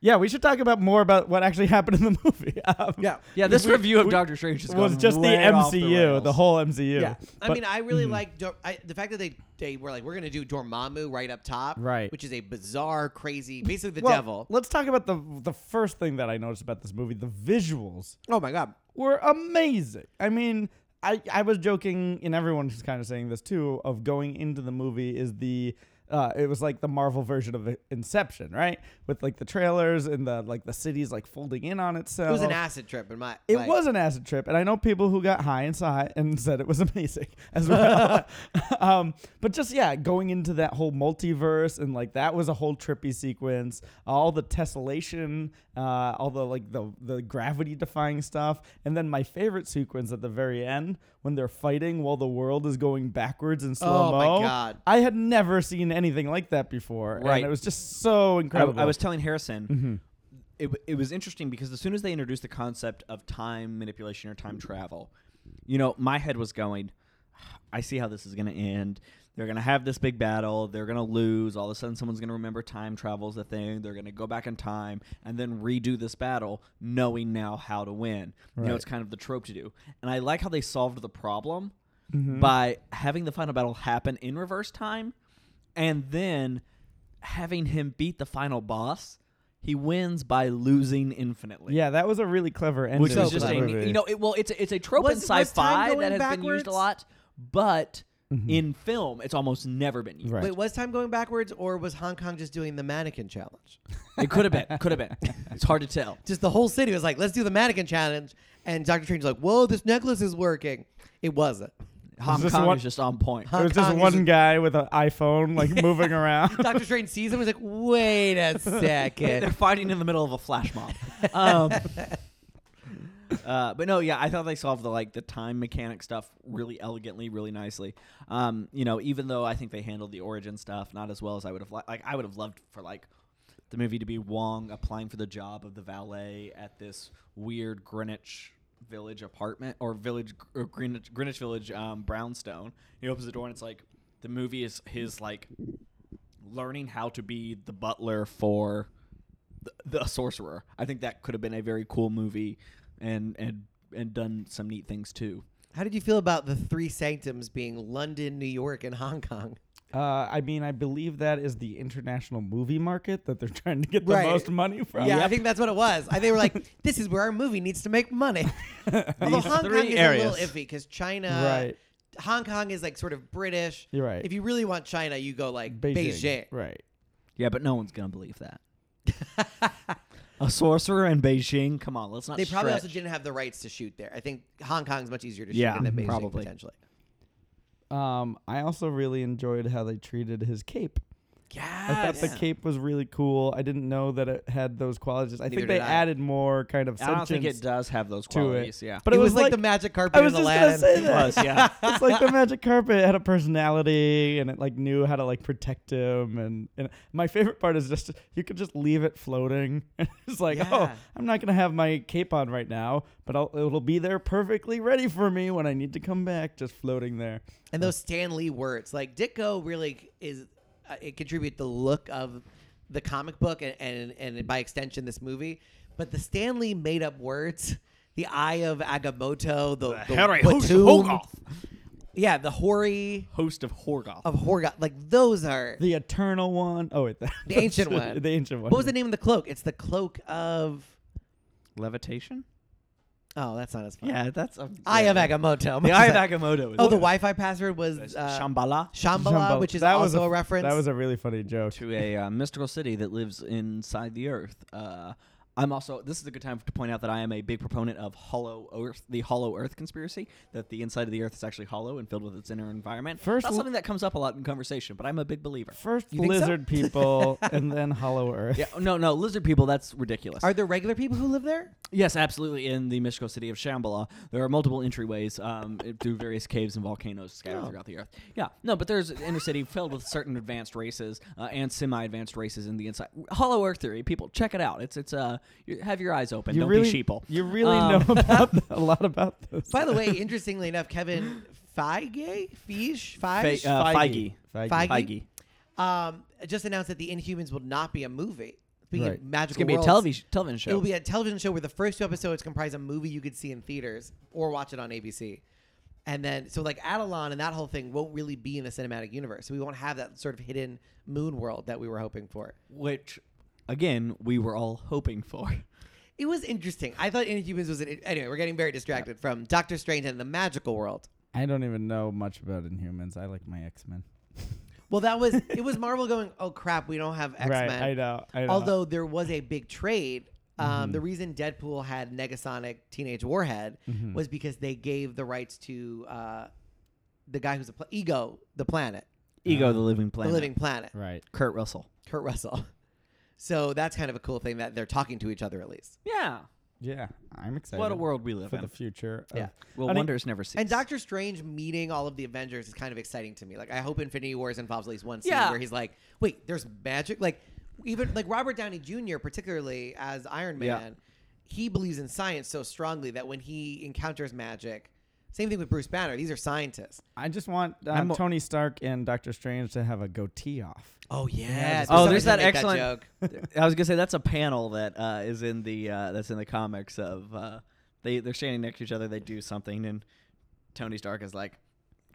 [SPEAKER 2] Yeah, we should talk about more about what actually [laughs] happened in the movie. Um,
[SPEAKER 1] Yeah.
[SPEAKER 3] Yeah, this
[SPEAKER 2] We-
[SPEAKER 3] review of
[SPEAKER 2] we-
[SPEAKER 3] Doctor Strange has
[SPEAKER 2] was
[SPEAKER 3] gone
[SPEAKER 2] just the
[SPEAKER 3] way off
[SPEAKER 2] MCU, the,
[SPEAKER 3] rails.
[SPEAKER 2] whole MCU. [laughs]
[SPEAKER 1] Yeah, Mm-hmm. I
[SPEAKER 2] But-
[SPEAKER 1] mean, I really like Dor- I, the fact that they they were like, we're gonna do Dormammu right up top,
[SPEAKER 2] Right.
[SPEAKER 1] Which is a bizarre, crazy, basically the
[SPEAKER 2] well,
[SPEAKER 1] devil.
[SPEAKER 2] Let's talk about the the first thing that I noticed about this movie. The visuals
[SPEAKER 1] Oh my god!
[SPEAKER 2] were amazing. I mean, I I was joking, and everyone's kind of saying this too. Of going into the movie is the uh, it was like the Marvel version of Inception, right? With like the trailers and the like the cities like folding in on itself.
[SPEAKER 1] It was an acid trip in my.
[SPEAKER 2] It
[SPEAKER 1] like-
[SPEAKER 2] was an acid trip, and I know people who got high and saw it and [laughs] said it was amazing as
[SPEAKER 3] [laughs]
[SPEAKER 2] well. um, but just yeah, going into that whole multiverse and like that was a whole trippy sequence. All the tessellation, uh, all the like the the gravity defying stuff, and then my favorite sequence at the very end when they're fighting while the world is going backwards in
[SPEAKER 3] Oh,
[SPEAKER 2] slow mo.
[SPEAKER 1] my God.
[SPEAKER 2] I had never seen anything like that before,
[SPEAKER 3] Right.
[SPEAKER 2] and it was just so
[SPEAKER 3] I,
[SPEAKER 2] incredible. Mm-hmm.
[SPEAKER 3] I was telling Harrison, it, w- it was interesting because as soon as they introduced the concept of time manipulation or time travel, you know, my head was going, I see how this is going to end. They're going to have this big battle. They're going to lose. All of a sudden, someone's going to remember time travel's a thing. They're going to go back in time and then redo this battle, knowing now how to win. You know,
[SPEAKER 2] Right.
[SPEAKER 3] it's kind of the trope to do. And I like how they solved the problem
[SPEAKER 2] Mm-hmm.
[SPEAKER 3] by having the final battle happen in reverse time and then having him beat the final boss. He wins by losing infinitely.
[SPEAKER 2] yeah, that was a really clever ending.
[SPEAKER 3] Which
[SPEAKER 2] to
[SPEAKER 3] is just
[SPEAKER 2] the
[SPEAKER 3] a
[SPEAKER 2] movie.
[SPEAKER 3] you know it, well it's a- it's a trope in
[SPEAKER 1] Was- was time
[SPEAKER 3] sci-fi
[SPEAKER 1] going
[SPEAKER 3] that has been used
[SPEAKER 1] backwards?
[SPEAKER 3] a lot, but in film it's almost never been used.
[SPEAKER 2] Mm-hmm. Right.
[SPEAKER 1] Wait, was time going backwards, or was Hong Kong just doing the mannequin challenge?
[SPEAKER 3] It could have been, could have been. It's hard to tell.
[SPEAKER 1] Just the whole city was like, let's do the mannequin challenge, and Doctor Strange's like, whoa, this necklace is working. It [laughs] wasn't.
[SPEAKER 3] Hong
[SPEAKER 2] this
[SPEAKER 3] Kong
[SPEAKER 2] one-
[SPEAKER 3] is just
[SPEAKER 1] [laughs]
[SPEAKER 3] on point.
[SPEAKER 1] Huh.
[SPEAKER 2] There was just
[SPEAKER 1] Kong is
[SPEAKER 2] one
[SPEAKER 1] just-
[SPEAKER 2] guy with an iPhone like moving
[SPEAKER 1] [laughs]
[SPEAKER 2] around.
[SPEAKER 1] Doctor Strange sees him. He's like, wait [laughs] a
[SPEAKER 3] They're
[SPEAKER 1] second.
[SPEAKER 3] fighting in the middle of a flash mob. Um, uh, but no, yeah, I thought they solved the like the time mechanic stuff really elegantly, really nicely. Um, you know, even though I think they handled the origin stuff not as well as I would have li- like, I would have loved for like. the movie to be Wong applying for the job of the valet at this weird Greenwich Village apartment or Village or Greenwich, Greenwich Village um, brownstone. He opens the door and it's like the movie is his like learning how to be the butler for the, the sorcerer. I think that could have been a very cool movie and and and done some neat things too.
[SPEAKER 1] How did you feel about the three sanctums being London, New York, and Hong Kong?
[SPEAKER 2] Uh, I mean, I believe that is the international movie market that they're [laughs] trying to get the
[SPEAKER 1] Right.
[SPEAKER 2] most money from.
[SPEAKER 1] Yeah, I think that's what it was. I, they were like,
[SPEAKER 2] [laughs]
[SPEAKER 1] "This is where our movie needs to make money." Although
[SPEAKER 3] These
[SPEAKER 1] Hong Kong
[SPEAKER 3] three
[SPEAKER 1] is a
[SPEAKER 3] areas.
[SPEAKER 1] little iffy because China,
[SPEAKER 2] Right.
[SPEAKER 1] Hong Kong is like sort of British.
[SPEAKER 2] You're right.
[SPEAKER 1] If you really want China, you go like Beijing.
[SPEAKER 2] Right.
[SPEAKER 3] Yeah, but no one's gonna believe that.
[SPEAKER 1] [laughs]
[SPEAKER 3] a sorcerer in Beijing. Come on, let's not.
[SPEAKER 1] They probably also
[SPEAKER 3] stretch.
[SPEAKER 1] didn't have the rights to shoot there. I think Hong Kong's much easier to shoot
[SPEAKER 3] Yeah,
[SPEAKER 1] than Beijing
[SPEAKER 3] probably.
[SPEAKER 1] potentially.
[SPEAKER 2] Um, I also really enjoyed how they treated his cape. I thought
[SPEAKER 3] Yes.
[SPEAKER 2] the cape was really cool. I didn't know that it had those qualities. I
[SPEAKER 1] Neither
[SPEAKER 2] think they
[SPEAKER 1] did I.
[SPEAKER 2] added more kind of
[SPEAKER 3] I don't think
[SPEAKER 2] sentience
[SPEAKER 3] it does have those
[SPEAKER 2] to
[SPEAKER 3] qualities.
[SPEAKER 2] it.
[SPEAKER 3] Yeah,
[SPEAKER 2] But it, was, like,
[SPEAKER 1] the magic carpet
[SPEAKER 2] I was
[SPEAKER 1] in
[SPEAKER 2] just
[SPEAKER 1] Aladdin.
[SPEAKER 2] gonna say
[SPEAKER 3] it
[SPEAKER 2] that.
[SPEAKER 3] was. Yeah,
[SPEAKER 2] [laughs] it's like the magic carpet it had a personality and it like knew how to like protect him and, and my favorite part is just you could just leave it floating [laughs] it's like oh
[SPEAKER 1] Yeah.
[SPEAKER 2] i'm not gonna have my cape on right now but I'll, it'll be there perfectly ready for me when i need to come back just floating there
[SPEAKER 1] And those Stan Lee words, like Ditko, really is uh, it contribute the look of the comic book and, and and by extension this movie. But the Stan Lee made up words, the Eye of Agamotto, the, the,
[SPEAKER 3] Harry
[SPEAKER 1] Batum,
[SPEAKER 3] Hogarth.
[SPEAKER 1] yeah, the Hori
[SPEAKER 3] host of Horgoth.
[SPEAKER 1] of Horgoth, like those are
[SPEAKER 2] the eternal one oh wait [laughs] the,
[SPEAKER 1] the ancient one.
[SPEAKER 2] the ancient one
[SPEAKER 1] What was the name of the cloak? It's the cloak of
[SPEAKER 3] Levitation.
[SPEAKER 1] oh, that's not as fun.
[SPEAKER 3] Yeah, that's a,
[SPEAKER 1] Eye of Agamotto. [laughs]
[SPEAKER 3] The Eye of Agamotto. Is
[SPEAKER 1] Oh, the
[SPEAKER 3] what
[SPEAKER 1] Wi-Fi password was uh, Shambhala,
[SPEAKER 3] Shambhala
[SPEAKER 2] Shambhala.
[SPEAKER 1] which is
[SPEAKER 2] That
[SPEAKER 1] also
[SPEAKER 2] was
[SPEAKER 1] a
[SPEAKER 2] f-
[SPEAKER 1] reference.
[SPEAKER 2] that was a really funny joke
[SPEAKER 3] to a uh, mystical city that lives inside the earth. Uh, I'm also. This is a good time to point out that I am a big proponent of Hollow Earth, the Hollow Earth conspiracy, that the inside of the Earth is actually hollow and filled with its inner environment.
[SPEAKER 2] First
[SPEAKER 3] that's
[SPEAKER 2] l-
[SPEAKER 3] something that comes up a lot in conversation, but I'm a
[SPEAKER 2] [laughs]
[SPEAKER 3] big believer.
[SPEAKER 2] first
[SPEAKER 1] You think so?
[SPEAKER 2] lizard
[SPEAKER 1] [laughs]
[SPEAKER 2] people and then hollow earth
[SPEAKER 3] Yeah, no, no, lizard people. That's ridiculous.
[SPEAKER 1] Are there regular people who live there?
[SPEAKER 3] Yes, absolutely. In the mystical city of Shambhala, there are multiple entryways um, through various caves and volcanoes scattered
[SPEAKER 1] Oh.
[SPEAKER 3] throughout the earth. Yeah, no, but there's an inner city filled with certain advanced races uh, and semi-advanced races in the inside. Hollow Earth theory, people, check it out. It's it's uh, you- have your eyes open. Don't
[SPEAKER 2] really,
[SPEAKER 3] be sheeple.
[SPEAKER 2] You really
[SPEAKER 3] Um, [laughs]
[SPEAKER 2] know about a lot about this.
[SPEAKER 1] By the way, interestingly enough, Kevin Feige, Feige,
[SPEAKER 3] Fe-
[SPEAKER 1] Feige,
[SPEAKER 3] uh, Feige.
[SPEAKER 2] Feige.
[SPEAKER 1] Feige.
[SPEAKER 3] Feige.
[SPEAKER 1] um, just announced that the Inhumans will not be a movie. Speaking
[SPEAKER 2] Right.
[SPEAKER 1] of magical
[SPEAKER 3] It's gonna be a
[SPEAKER 1] worlds,
[SPEAKER 3] television television
[SPEAKER 1] It
[SPEAKER 3] show.
[SPEAKER 1] will be a television show where the first two episodes comprise a movie you could see in theaters or watch it on ABC. And then, so like Adelon and that whole thing won't really be in the cinematic universe. So we won't have that sort of hidden moon world that we were hoping for.
[SPEAKER 3] which, again, we were all hoping for.
[SPEAKER 1] It was interesting. I thought Inhumans was an. Anyway, we're getting very distracted from Doctor Strange and the magical world.
[SPEAKER 2] I don't even know much about Inhumans. I like my X Men.
[SPEAKER 1] Well, that was it. Was Marvel going? Oh crap, we don't have X Men.
[SPEAKER 2] Right, I know. I know.
[SPEAKER 1] Although there was a big trade. Um, The reason Deadpool had Negasonic Teenage Warhead was because they gave the rights to uh, the guy who's a pl- ego, the planet,
[SPEAKER 3] Ego, the living planet.
[SPEAKER 1] the living planet,
[SPEAKER 2] right,
[SPEAKER 3] Um, Kurt Russell.
[SPEAKER 1] Kurt Russell. [laughs] So that's kind of a cool thing that they're talking to each other at least.
[SPEAKER 3] Yeah.
[SPEAKER 2] yeah, I'm excited.
[SPEAKER 3] What a world we live
[SPEAKER 2] for
[SPEAKER 3] in.
[SPEAKER 2] the future. of-
[SPEAKER 1] Yeah.
[SPEAKER 3] well,
[SPEAKER 2] I mean-
[SPEAKER 3] wonders never cease.
[SPEAKER 1] And Doctor Strange meeting all of the Avengers is kind of exciting to me. Like I hope Infinity Wars involves at least one scene
[SPEAKER 3] Yeah.
[SPEAKER 1] where he's like, "Wait, there's magic." Like even like Robert Downey Jr. particularly as Iron Man,
[SPEAKER 3] Yeah.
[SPEAKER 1] he believes in science so strongly that when he encounters magic, same thing with Bruce Banner. These are scientists.
[SPEAKER 2] I just want uh,
[SPEAKER 3] I'm a-
[SPEAKER 2] Tony Stark and Doctor Strange to have a goatee off.
[SPEAKER 1] Oh yeah.
[SPEAKER 2] there's-
[SPEAKER 3] Oh,
[SPEAKER 1] Somebody
[SPEAKER 3] there's
[SPEAKER 1] should
[SPEAKER 3] that
[SPEAKER 1] make
[SPEAKER 3] excellent. [laughs]
[SPEAKER 1] joke.
[SPEAKER 3] I was gonna say that's a panel that uh, is in the uh, that's in the comics of uh, they they're standing next to each other. They do something, and Tony Stark is like,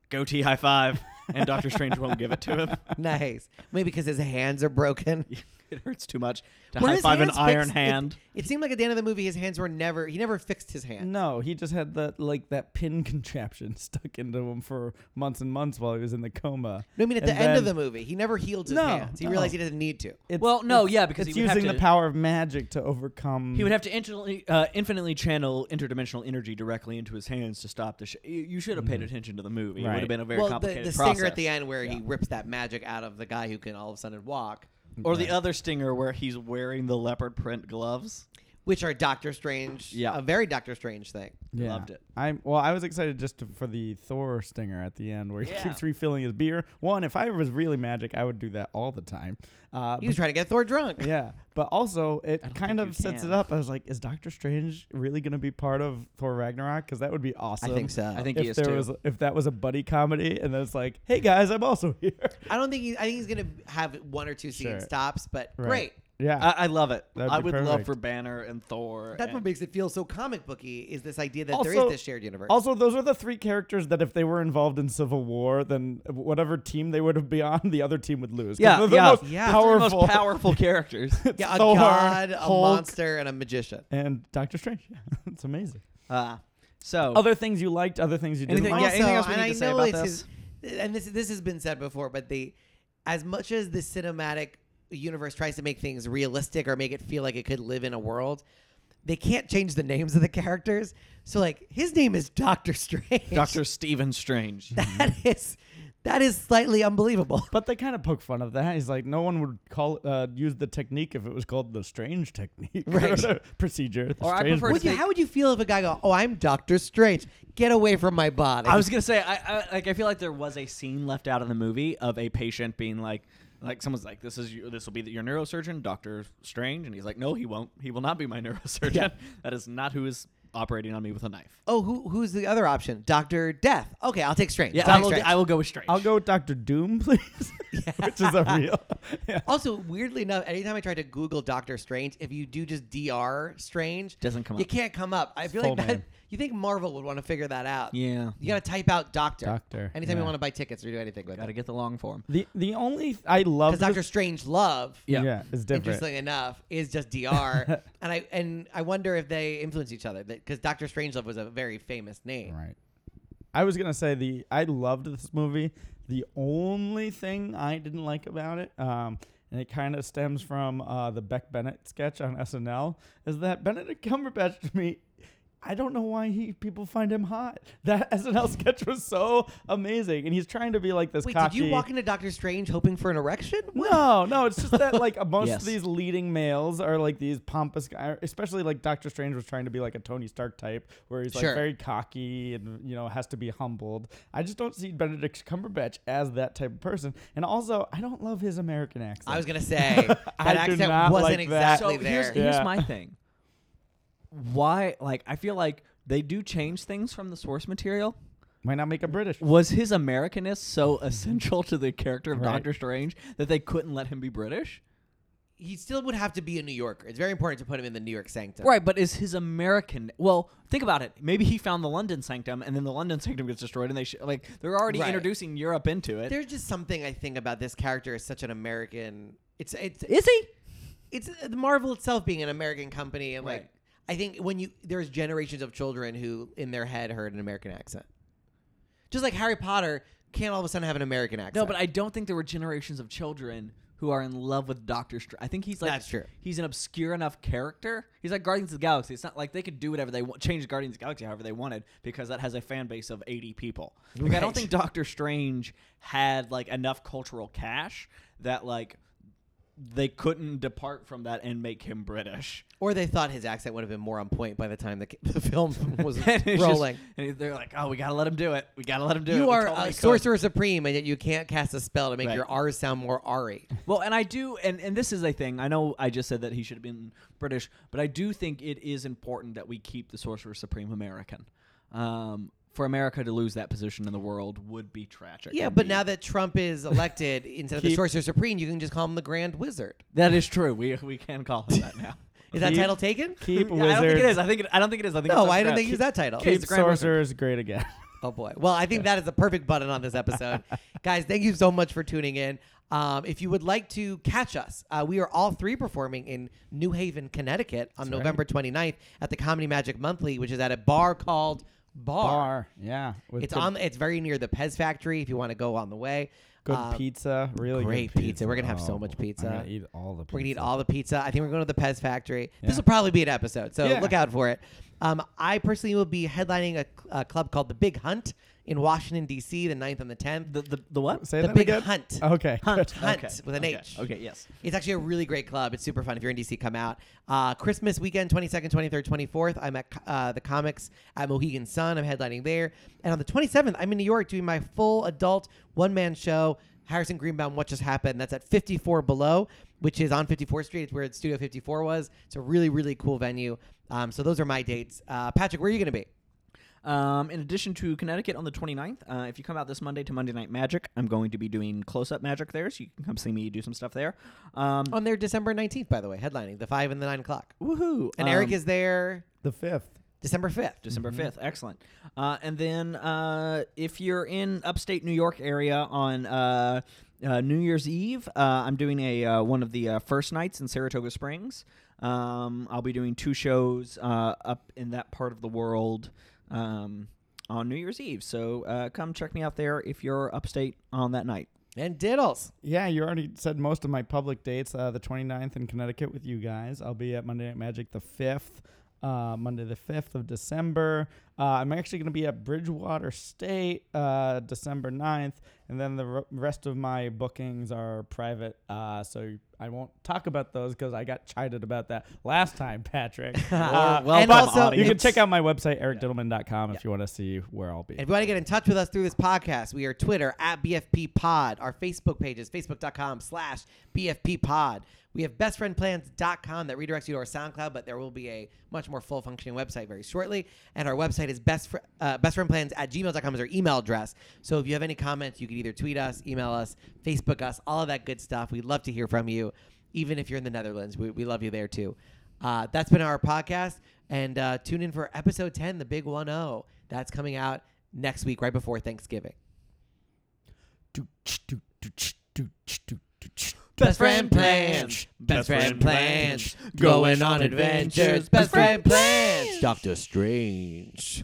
[SPEAKER 3] "Goatee high five, and Doctor Strange won't give it to him. [laughs]
[SPEAKER 1] nice. Maybe because his hands are broken.
[SPEAKER 3] It hurts too much to
[SPEAKER 1] Were
[SPEAKER 3] high
[SPEAKER 1] his
[SPEAKER 3] five an
[SPEAKER 1] hands
[SPEAKER 3] iron
[SPEAKER 1] fixed? It-
[SPEAKER 3] hand.
[SPEAKER 1] It, seemed like at the end of the movie, his hands were never. He never fixed his hand.
[SPEAKER 2] No, he just had that like that pin [laughs] contraption stuck into him for months and months while he was in the coma.
[SPEAKER 1] No, I mean at
[SPEAKER 2] And
[SPEAKER 1] the end of the
[SPEAKER 2] then
[SPEAKER 1] movie, he never healed his
[SPEAKER 2] No,
[SPEAKER 1] hands. He
[SPEAKER 2] no.
[SPEAKER 1] realized he didn't need to.
[SPEAKER 2] it's-
[SPEAKER 3] Well, no,
[SPEAKER 2] it's-
[SPEAKER 3] yeah, because
[SPEAKER 2] it's
[SPEAKER 3] he would have
[SPEAKER 2] using the
[SPEAKER 3] to-
[SPEAKER 2] power of magic to overcome.
[SPEAKER 3] He would have to infinitely, uh, infinitely channel interdimensional energy directly into his hands to stop the. Sh- you you should have paid attention to the movie. It would
[SPEAKER 2] Right.
[SPEAKER 3] have been a very
[SPEAKER 1] well, the,
[SPEAKER 3] complicated
[SPEAKER 1] the
[SPEAKER 3] process.
[SPEAKER 1] stinger at the end where he rips that magic out of the guy who can all of a sudden walk,
[SPEAKER 3] or the other stinger where he's wearing the leopard print gloves.
[SPEAKER 1] which are Doctor Strange,
[SPEAKER 3] Yeah.
[SPEAKER 1] a very Doctor Strange thing.
[SPEAKER 2] Yeah.
[SPEAKER 3] Loved it.
[SPEAKER 2] I'm well. I was excited just to, for the Thor stinger at the end, where he
[SPEAKER 3] Yeah.
[SPEAKER 2] keeps refilling his beer. One, if I was really magic, I would do that all the time. Uh,
[SPEAKER 1] He was trying to get Thor drunk.
[SPEAKER 2] but- yeah, but also it kind
[SPEAKER 3] think you
[SPEAKER 2] of sets
[SPEAKER 3] can.
[SPEAKER 2] it up. I was like, is Doctor Strange really going to be part of Thor Ragnarok? Because that would be awesome.
[SPEAKER 1] I think so.
[SPEAKER 3] I think he
[SPEAKER 2] If
[SPEAKER 3] is
[SPEAKER 2] there
[SPEAKER 3] too.
[SPEAKER 2] was, if that was a buddy comedy, and then it's like, hey guys, I'm also [laughs] here.
[SPEAKER 1] I don't think he, I think he's gonna have one or two scenes
[SPEAKER 2] Sure.
[SPEAKER 1] tops, but
[SPEAKER 2] Right.
[SPEAKER 1] great.
[SPEAKER 2] Yeah,
[SPEAKER 3] I, I love it.
[SPEAKER 2] That'd
[SPEAKER 3] I
[SPEAKER 2] be
[SPEAKER 3] would
[SPEAKER 2] perfect.
[SPEAKER 3] love for Banner and Thor.
[SPEAKER 1] That's what
[SPEAKER 3] and,
[SPEAKER 1] makes it feel so comic booky is this idea that there is
[SPEAKER 2] Also-
[SPEAKER 1] this shared universe.
[SPEAKER 2] Also, those are the three characters that if they were involved in civil war, then whatever team they would have been on, the other team would lose. 'Cause
[SPEAKER 3] [laughs] Yeah,
[SPEAKER 2] they're the
[SPEAKER 3] yeah.
[SPEAKER 2] most
[SPEAKER 1] Yeah.
[SPEAKER 3] Those are the
[SPEAKER 2] powerful. [laughs]
[SPEAKER 3] most powerful characters.
[SPEAKER 1] yeah, a
[SPEAKER 2] Thor,
[SPEAKER 1] god, a
[SPEAKER 2] Hulk.
[SPEAKER 1] monster, and a magician.
[SPEAKER 2] and Doctor Strange. [laughs] Yeah, it's amazing.
[SPEAKER 3] uh, so
[SPEAKER 2] Other things you liked, other things you didn't
[SPEAKER 3] Anything-
[SPEAKER 2] like.
[SPEAKER 3] yeah, anything else we
[SPEAKER 1] and
[SPEAKER 3] need
[SPEAKER 1] I
[SPEAKER 3] to say
[SPEAKER 1] know
[SPEAKER 3] about
[SPEAKER 1] it's his- and this this has been said before, but the as much as the cinematic universe tries to make things realistic or make it feel like it could live in a world, they can't change the names of the characters. So like his name is Doctor Strange.
[SPEAKER 3] Doctor Stephen Strange.
[SPEAKER 1] [laughs] That is that is slightly unbelievable. [laughs]
[SPEAKER 2] But they kind of poke fun of that. He's like, no one would call uh, use the technique if it was called the strange technique [laughs] or
[SPEAKER 1] Right.
[SPEAKER 2] the procedure. the
[SPEAKER 3] Or I
[SPEAKER 2] strange
[SPEAKER 3] prefer-
[SPEAKER 1] Would you,
[SPEAKER 3] they-
[SPEAKER 1] how would you feel if a guy go, "Oh, I'm Doctor Strange. Get away from my body."
[SPEAKER 3] I was gonna say, I, I like. I feel like there was a scene left out of the movie of a patient being like, like someone's like, "This is you- this will be your neurosurgeon, Doctor Strange," and he's like, "No, he won't. He will not be my [laughs] neurosurgeon. That is not who is operating on me with a knife."
[SPEAKER 1] oh, who who's the other option? Doctor Death. Okay, I'll take Strange.
[SPEAKER 3] Yeah,
[SPEAKER 1] Doctor
[SPEAKER 3] I will,
[SPEAKER 1] Strange.
[SPEAKER 3] I will go with Strange.
[SPEAKER 2] I'll go with Doctor Doom, [laughs] please, which is a real. [laughs] Yeah.
[SPEAKER 1] Also, weirdly enough, anytime I try to Google Doctor Strange, if you do just Dr. Strange,
[SPEAKER 3] Doesn't come
[SPEAKER 1] You
[SPEAKER 3] up.
[SPEAKER 1] can't come up. I feel
[SPEAKER 2] full
[SPEAKER 1] like that.
[SPEAKER 2] name.
[SPEAKER 1] [laughs] You think Marvel would want to figure that out?
[SPEAKER 3] Yeah.
[SPEAKER 1] You gotta type out Doctor.
[SPEAKER 2] Doctor,
[SPEAKER 1] Anytime you
[SPEAKER 2] yeah.
[SPEAKER 1] want to buy tickets or do anything with
[SPEAKER 3] Gotta
[SPEAKER 1] it,
[SPEAKER 3] get the long form.
[SPEAKER 2] The the only I love
[SPEAKER 1] because Doctor Strange Love,
[SPEAKER 3] Yeah.
[SPEAKER 2] yeah is different.
[SPEAKER 1] interestingly enough, is just
[SPEAKER 2] [laughs]
[SPEAKER 1] Dr. and I and I wonder if they influence each other because Doctor Strange Love was a very famous name.
[SPEAKER 2] Right. I was gonna say the I loved this movie. The only thing I didn't like about it, um, and it kind of stems from uh, the Beck Bennett sketch on SNL, is that Benedict Cumberbatch to me. I don't know why he people find him hot. That [laughs] SNL sketch was so amazing, and he's trying to be like this
[SPEAKER 1] Wait,
[SPEAKER 2] cocky.
[SPEAKER 1] did you walk into Doctor Strange hoping for an erection?
[SPEAKER 2] No, no, it's just that like most
[SPEAKER 3] Yes.
[SPEAKER 2] of these leading males are like these pompous guys, especially like Doctor Strange was trying to be like a Tony Stark type, where he's like
[SPEAKER 1] Sure.
[SPEAKER 2] very cocky and you know has to be humbled. I just don't see Benedict Cumberbatch as that type of person, and also I don't love his American accent.
[SPEAKER 1] I
[SPEAKER 2] [laughs]
[SPEAKER 1] was gonna say that
[SPEAKER 2] I do
[SPEAKER 1] accent
[SPEAKER 2] not
[SPEAKER 1] wasn't
[SPEAKER 2] like that.
[SPEAKER 1] exactly
[SPEAKER 3] so
[SPEAKER 1] there.
[SPEAKER 3] Here's, here's
[SPEAKER 2] Yeah.
[SPEAKER 3] my thing. Why? Like, I feel like they do change things from the source material.
[SPEAKER 2] might not make a
[SPEAKER 1] [laughs]
[SPEAKER 2] British.
[SPEAKER 3] Was his
[SPEAKER 2] [laughs]
[SPEAKER 3] Americanness so essential to the character of
[SPEAKER 2] Right.
[SPEAKER 3] Doctor Strange that they couldn't let him be British?
[SPEAKER 1] he still would have to be a New Yorker. It's very important to put him in the New York sanctum.
[SPEAKER 3] Right, but is his American? Well, think about it. Maybe he found the London Sanctum, and then the London Sanctum gets destroyed, and they sh- like they're already
[SPEAKER 1] Right.
[SPEAKER 3] introducing Europe into it.
[SPEAKER 1] There's just something I think about this character is such an American. It's it's
[SPEAKER 3] Is he?
[SPEAKER 1] it's uh, Marvel itself being an American company and like
[SPEAKER 3] Right.
[SPEAKER 1] I think when you there's generations of children who in their head heard an American accent. Just like Harry Potter can't all of a sudden have an American accent.
[SPEAKER 3] No, but I don't think there were generations of children who are in love with Doctor Strange. I think he's like
[SPEAKER 1] That's true.
[SPEAKER 3] He's an obscure enough character. He's like Guardians of the Galaxy. It's not like they could do whatever they want, change Guardians of the Galaxy however they wanted because that has a fan base of eighty people. Like, I
[SPEAKER 1] Right.
[SPEAKER 3] don't think Doctor Strange had like enough cultural cash that like they couldn't depart from that and make him British. [laughs]
[SPEAKER 1] or they thought his accent would have been more on point by the time the, [laughs] ki- the film
[SPEAKER 3] [laughs]
[SPEAKER 1] was
[SPEAKER 3] And it's just- [laughs]
[SPEAKER 1] rolling.
[SPEAKER 3] and they're like, "Oh, we gotta let him do it. We gotta let him do it."
[SPEAKER 1] you
[SPEAKER 3] We
[SPEAKER 1] are
[SPEAKER 3] totally
[SPEAKER 1] a
[SPEAKER 3] could."
[SPEAKER 1] sorcerer supreme, and yet you can't cast a spell to make
[SPEAKER 3] Right.
[SPEAKER 1] your R's sound more Ari.
[SPEAKER 3] Well, and I do, and, and this is a thing. I know I just said that he should have been British, but I do think it is important that we keep the Sorcerer Supreme American. Um, for America to lose that position in the world would be tragic.
[SPEAKER 1] Yeah,
[SPEAKER 3] It'd
[SPEAKER 1] but
[SPEAKER 3] be-
[SPEAKER 1] now that Trump
[SPEAKER 2] [laughs]
[SPEAKER 1] is elected instead of the
[SPEAKER 2] Keep-
[SPEAKER 1] sorcerer supreme, you can just call him the Grand Wizard.
[SPEAKER 3] that is true. We we can call him that now.
[SPEAKER 1] Is that
[SPEAKER 2] Keep-
[SPEAKER 1] title taken?
[SPEAKER 2] Keep
[SPEAKER 3] [laughs]
[SPEAKER 2] wizards.
[SPEAKER 3] Yeah, I don't think it is. I think it, I don't think it is. I think
[SPEAKER 1] No,
[SPEAKER 3] it's
[SPEAKER 1] why didn't they
[SPEAKER 3] Keep-
[SPEAKER 1] use that title?
[SPEAKER 3] Keep-
[SPEAKER 2] Keep
[SPEAKER 3] He's the Grand Wizard.
[SPEAKER 2] sorcerers great again.
[SPEAKER 1] Oh boy. Well, I think that is the perfect button on this
[SPEAKER 2] [laughs]
[SPEAKER 1] episode. Guys, thank you so much for tuning in. Um, if you would like to catch us, uh, we are all three performing in New Haven, Connecticut on November twenty 29th at the Comedy Magic Monthly, which is at a bar called [laughs] Bar.
[SPEAKER 2] Bar, yeah. with
[SPEAKER 1] It's
[SPEAKER 2] good,
[SPEAKER 1] on. It's very near the Pez Factory. If you want to go on the way,
[SPEAKER 2] good
[SPEAKER 1] Um,
[SPEAKER 2] pizza. Really
[SPEAKER 1] great
[SPEAKER 2] good Oh,
[SPEAKER 1] pizza. We're gonna have so much
[SPEAKER 2] I'm
[SPEAKER 1] pizza.
[SPEAKER 2] gonna eat all the. Pizza.
[SPEAKER 1] We're gonna eat all the pizza. I think we're going to the Pez Factory. This
[SPEAKER 2] Yeah.
[SPEAKER 1] will probably be an episode, so
[SPEAKER 2] Yeah.
[SPEAKER 1] look out for it. Um, I personally will be headlining a, a club called the Big Hunt in Washington D.C. the 9th and the 10th.
[SPEAKER 3] The, the, the what?
[SPEAKER 2] Say
[SPEAKER 1] The
[SPEAKER 2] that
[SPEAKER 1] Big
[SPEAKER 2] again.
[SPEAKER 1] Hunt.
[SPEAKER 2] Okay.
[SPEAKER 1] Hunt,
[SPEAKER 2] good.
[SPEAKER 1] Hunt
[SPEAKER 3] Okay.
[SPEAKER 1] with an
[SPEAKER 3] okay.
[SPEAKER 1] H.
[SPEAKER 3] Okay, yes.
[SPEAKER 1] It's actually a really great club. It's super fun. If you're in DC, come out. Uh, Christmas weekend, 22nd, 23rd, 24th. I'm at uh, the comics at Mohegan Sun. I'm headlining there. And on the 27th, I'm in New York doing my full adult one man show, Harrison Greenbaum, What Just Happened. That's at 54 Below, which is on 54th Street. It's where Studio 54 was. It's a really, really cool venue. Um, so those are my dates. Uh, Patrick, where are you going to be?
[SPEAKER 3] Um, in addition to Connecticut on the 29th, uh, if you come out this Monday to Monday Night Magic, I'm going to be doing close up magic there, so you can come see me do some stuff there. Um,
[SPEAKER 1] On there, December 19th, by the way, headlining the 5 and the 9 o'clock.
[SPEAKER 3] woohoo!
[SPEAKER 1] And
[SPEAKER 3] Um, mm-hmm.
[SPEAKER 1] Eric is there
[SPEAKER 2] [laughs] The fifth.
[SPEAKER 1] December 5th.
[SPEAKER 3] December 5th. Excellent. Uh, and then uh, if you're in upstate New York area on uh, uh, New Year's Eve, uh, I'm doing a uh, one of the uh, first nights in Saratoga Springs. Um, I'll be doing two shows uh, up in that part of the world um, on New Year's Eve. So uh, come check me out there if you're upstate on that night.
[SPEAKER 1] And Diddles.
[SPEAKER 2] Yeah, you already said most of my public dates. Uh, the 29th in Connecticut with you guys. I'll be at Monday Night Magic the 5th, uh, Monday the 5th of December. Uh, I'm actually going to be at Bridgewater State uh, December 9th. And then the r- rest of my bookings are private. Uh, so I won't talk about those because I got chided about that last time,
[SPEAKER 3] [laughs]
[SPEAKER 2] Patrick.
[SPEAKER 1] Uh,
[SPEAKER 2] Or-
[SPEAKER 1] well, and
[SPEAKER 3] welcome,
[SPEAKER 1] also,
[SPEAKER 2] you can
[SPEAKER 3] audience.
[SPEAKER 2] check out my website, ericdiddleman.com, if you want to see where I'll be.
[SPEAKER 1] If you want to get in touch with us through this podcast, we are Twitter at BFP Pod. Our Facebook page is facebook.com slash BFP Pod. We have bestfriendplans.com that redirects you to our SoundCloud, but there will be a much more full functioning website very shortly. And our website is best uh, bestfriendplans at gmail.com is our email address. So if you have any comments, you can either tweet us, email us, Facebook us, all of that good stuff. We'd love to hear from you, even if you're in the Netherlands. We, we love you there too. Uh, that's been our podcast. And uh, tune in for episode 10, the big 1 0. That's coming out next week, right before Thanksgiving. Best friend plans, best friend plans, going on adventures, best friend plans. Doctor Strange.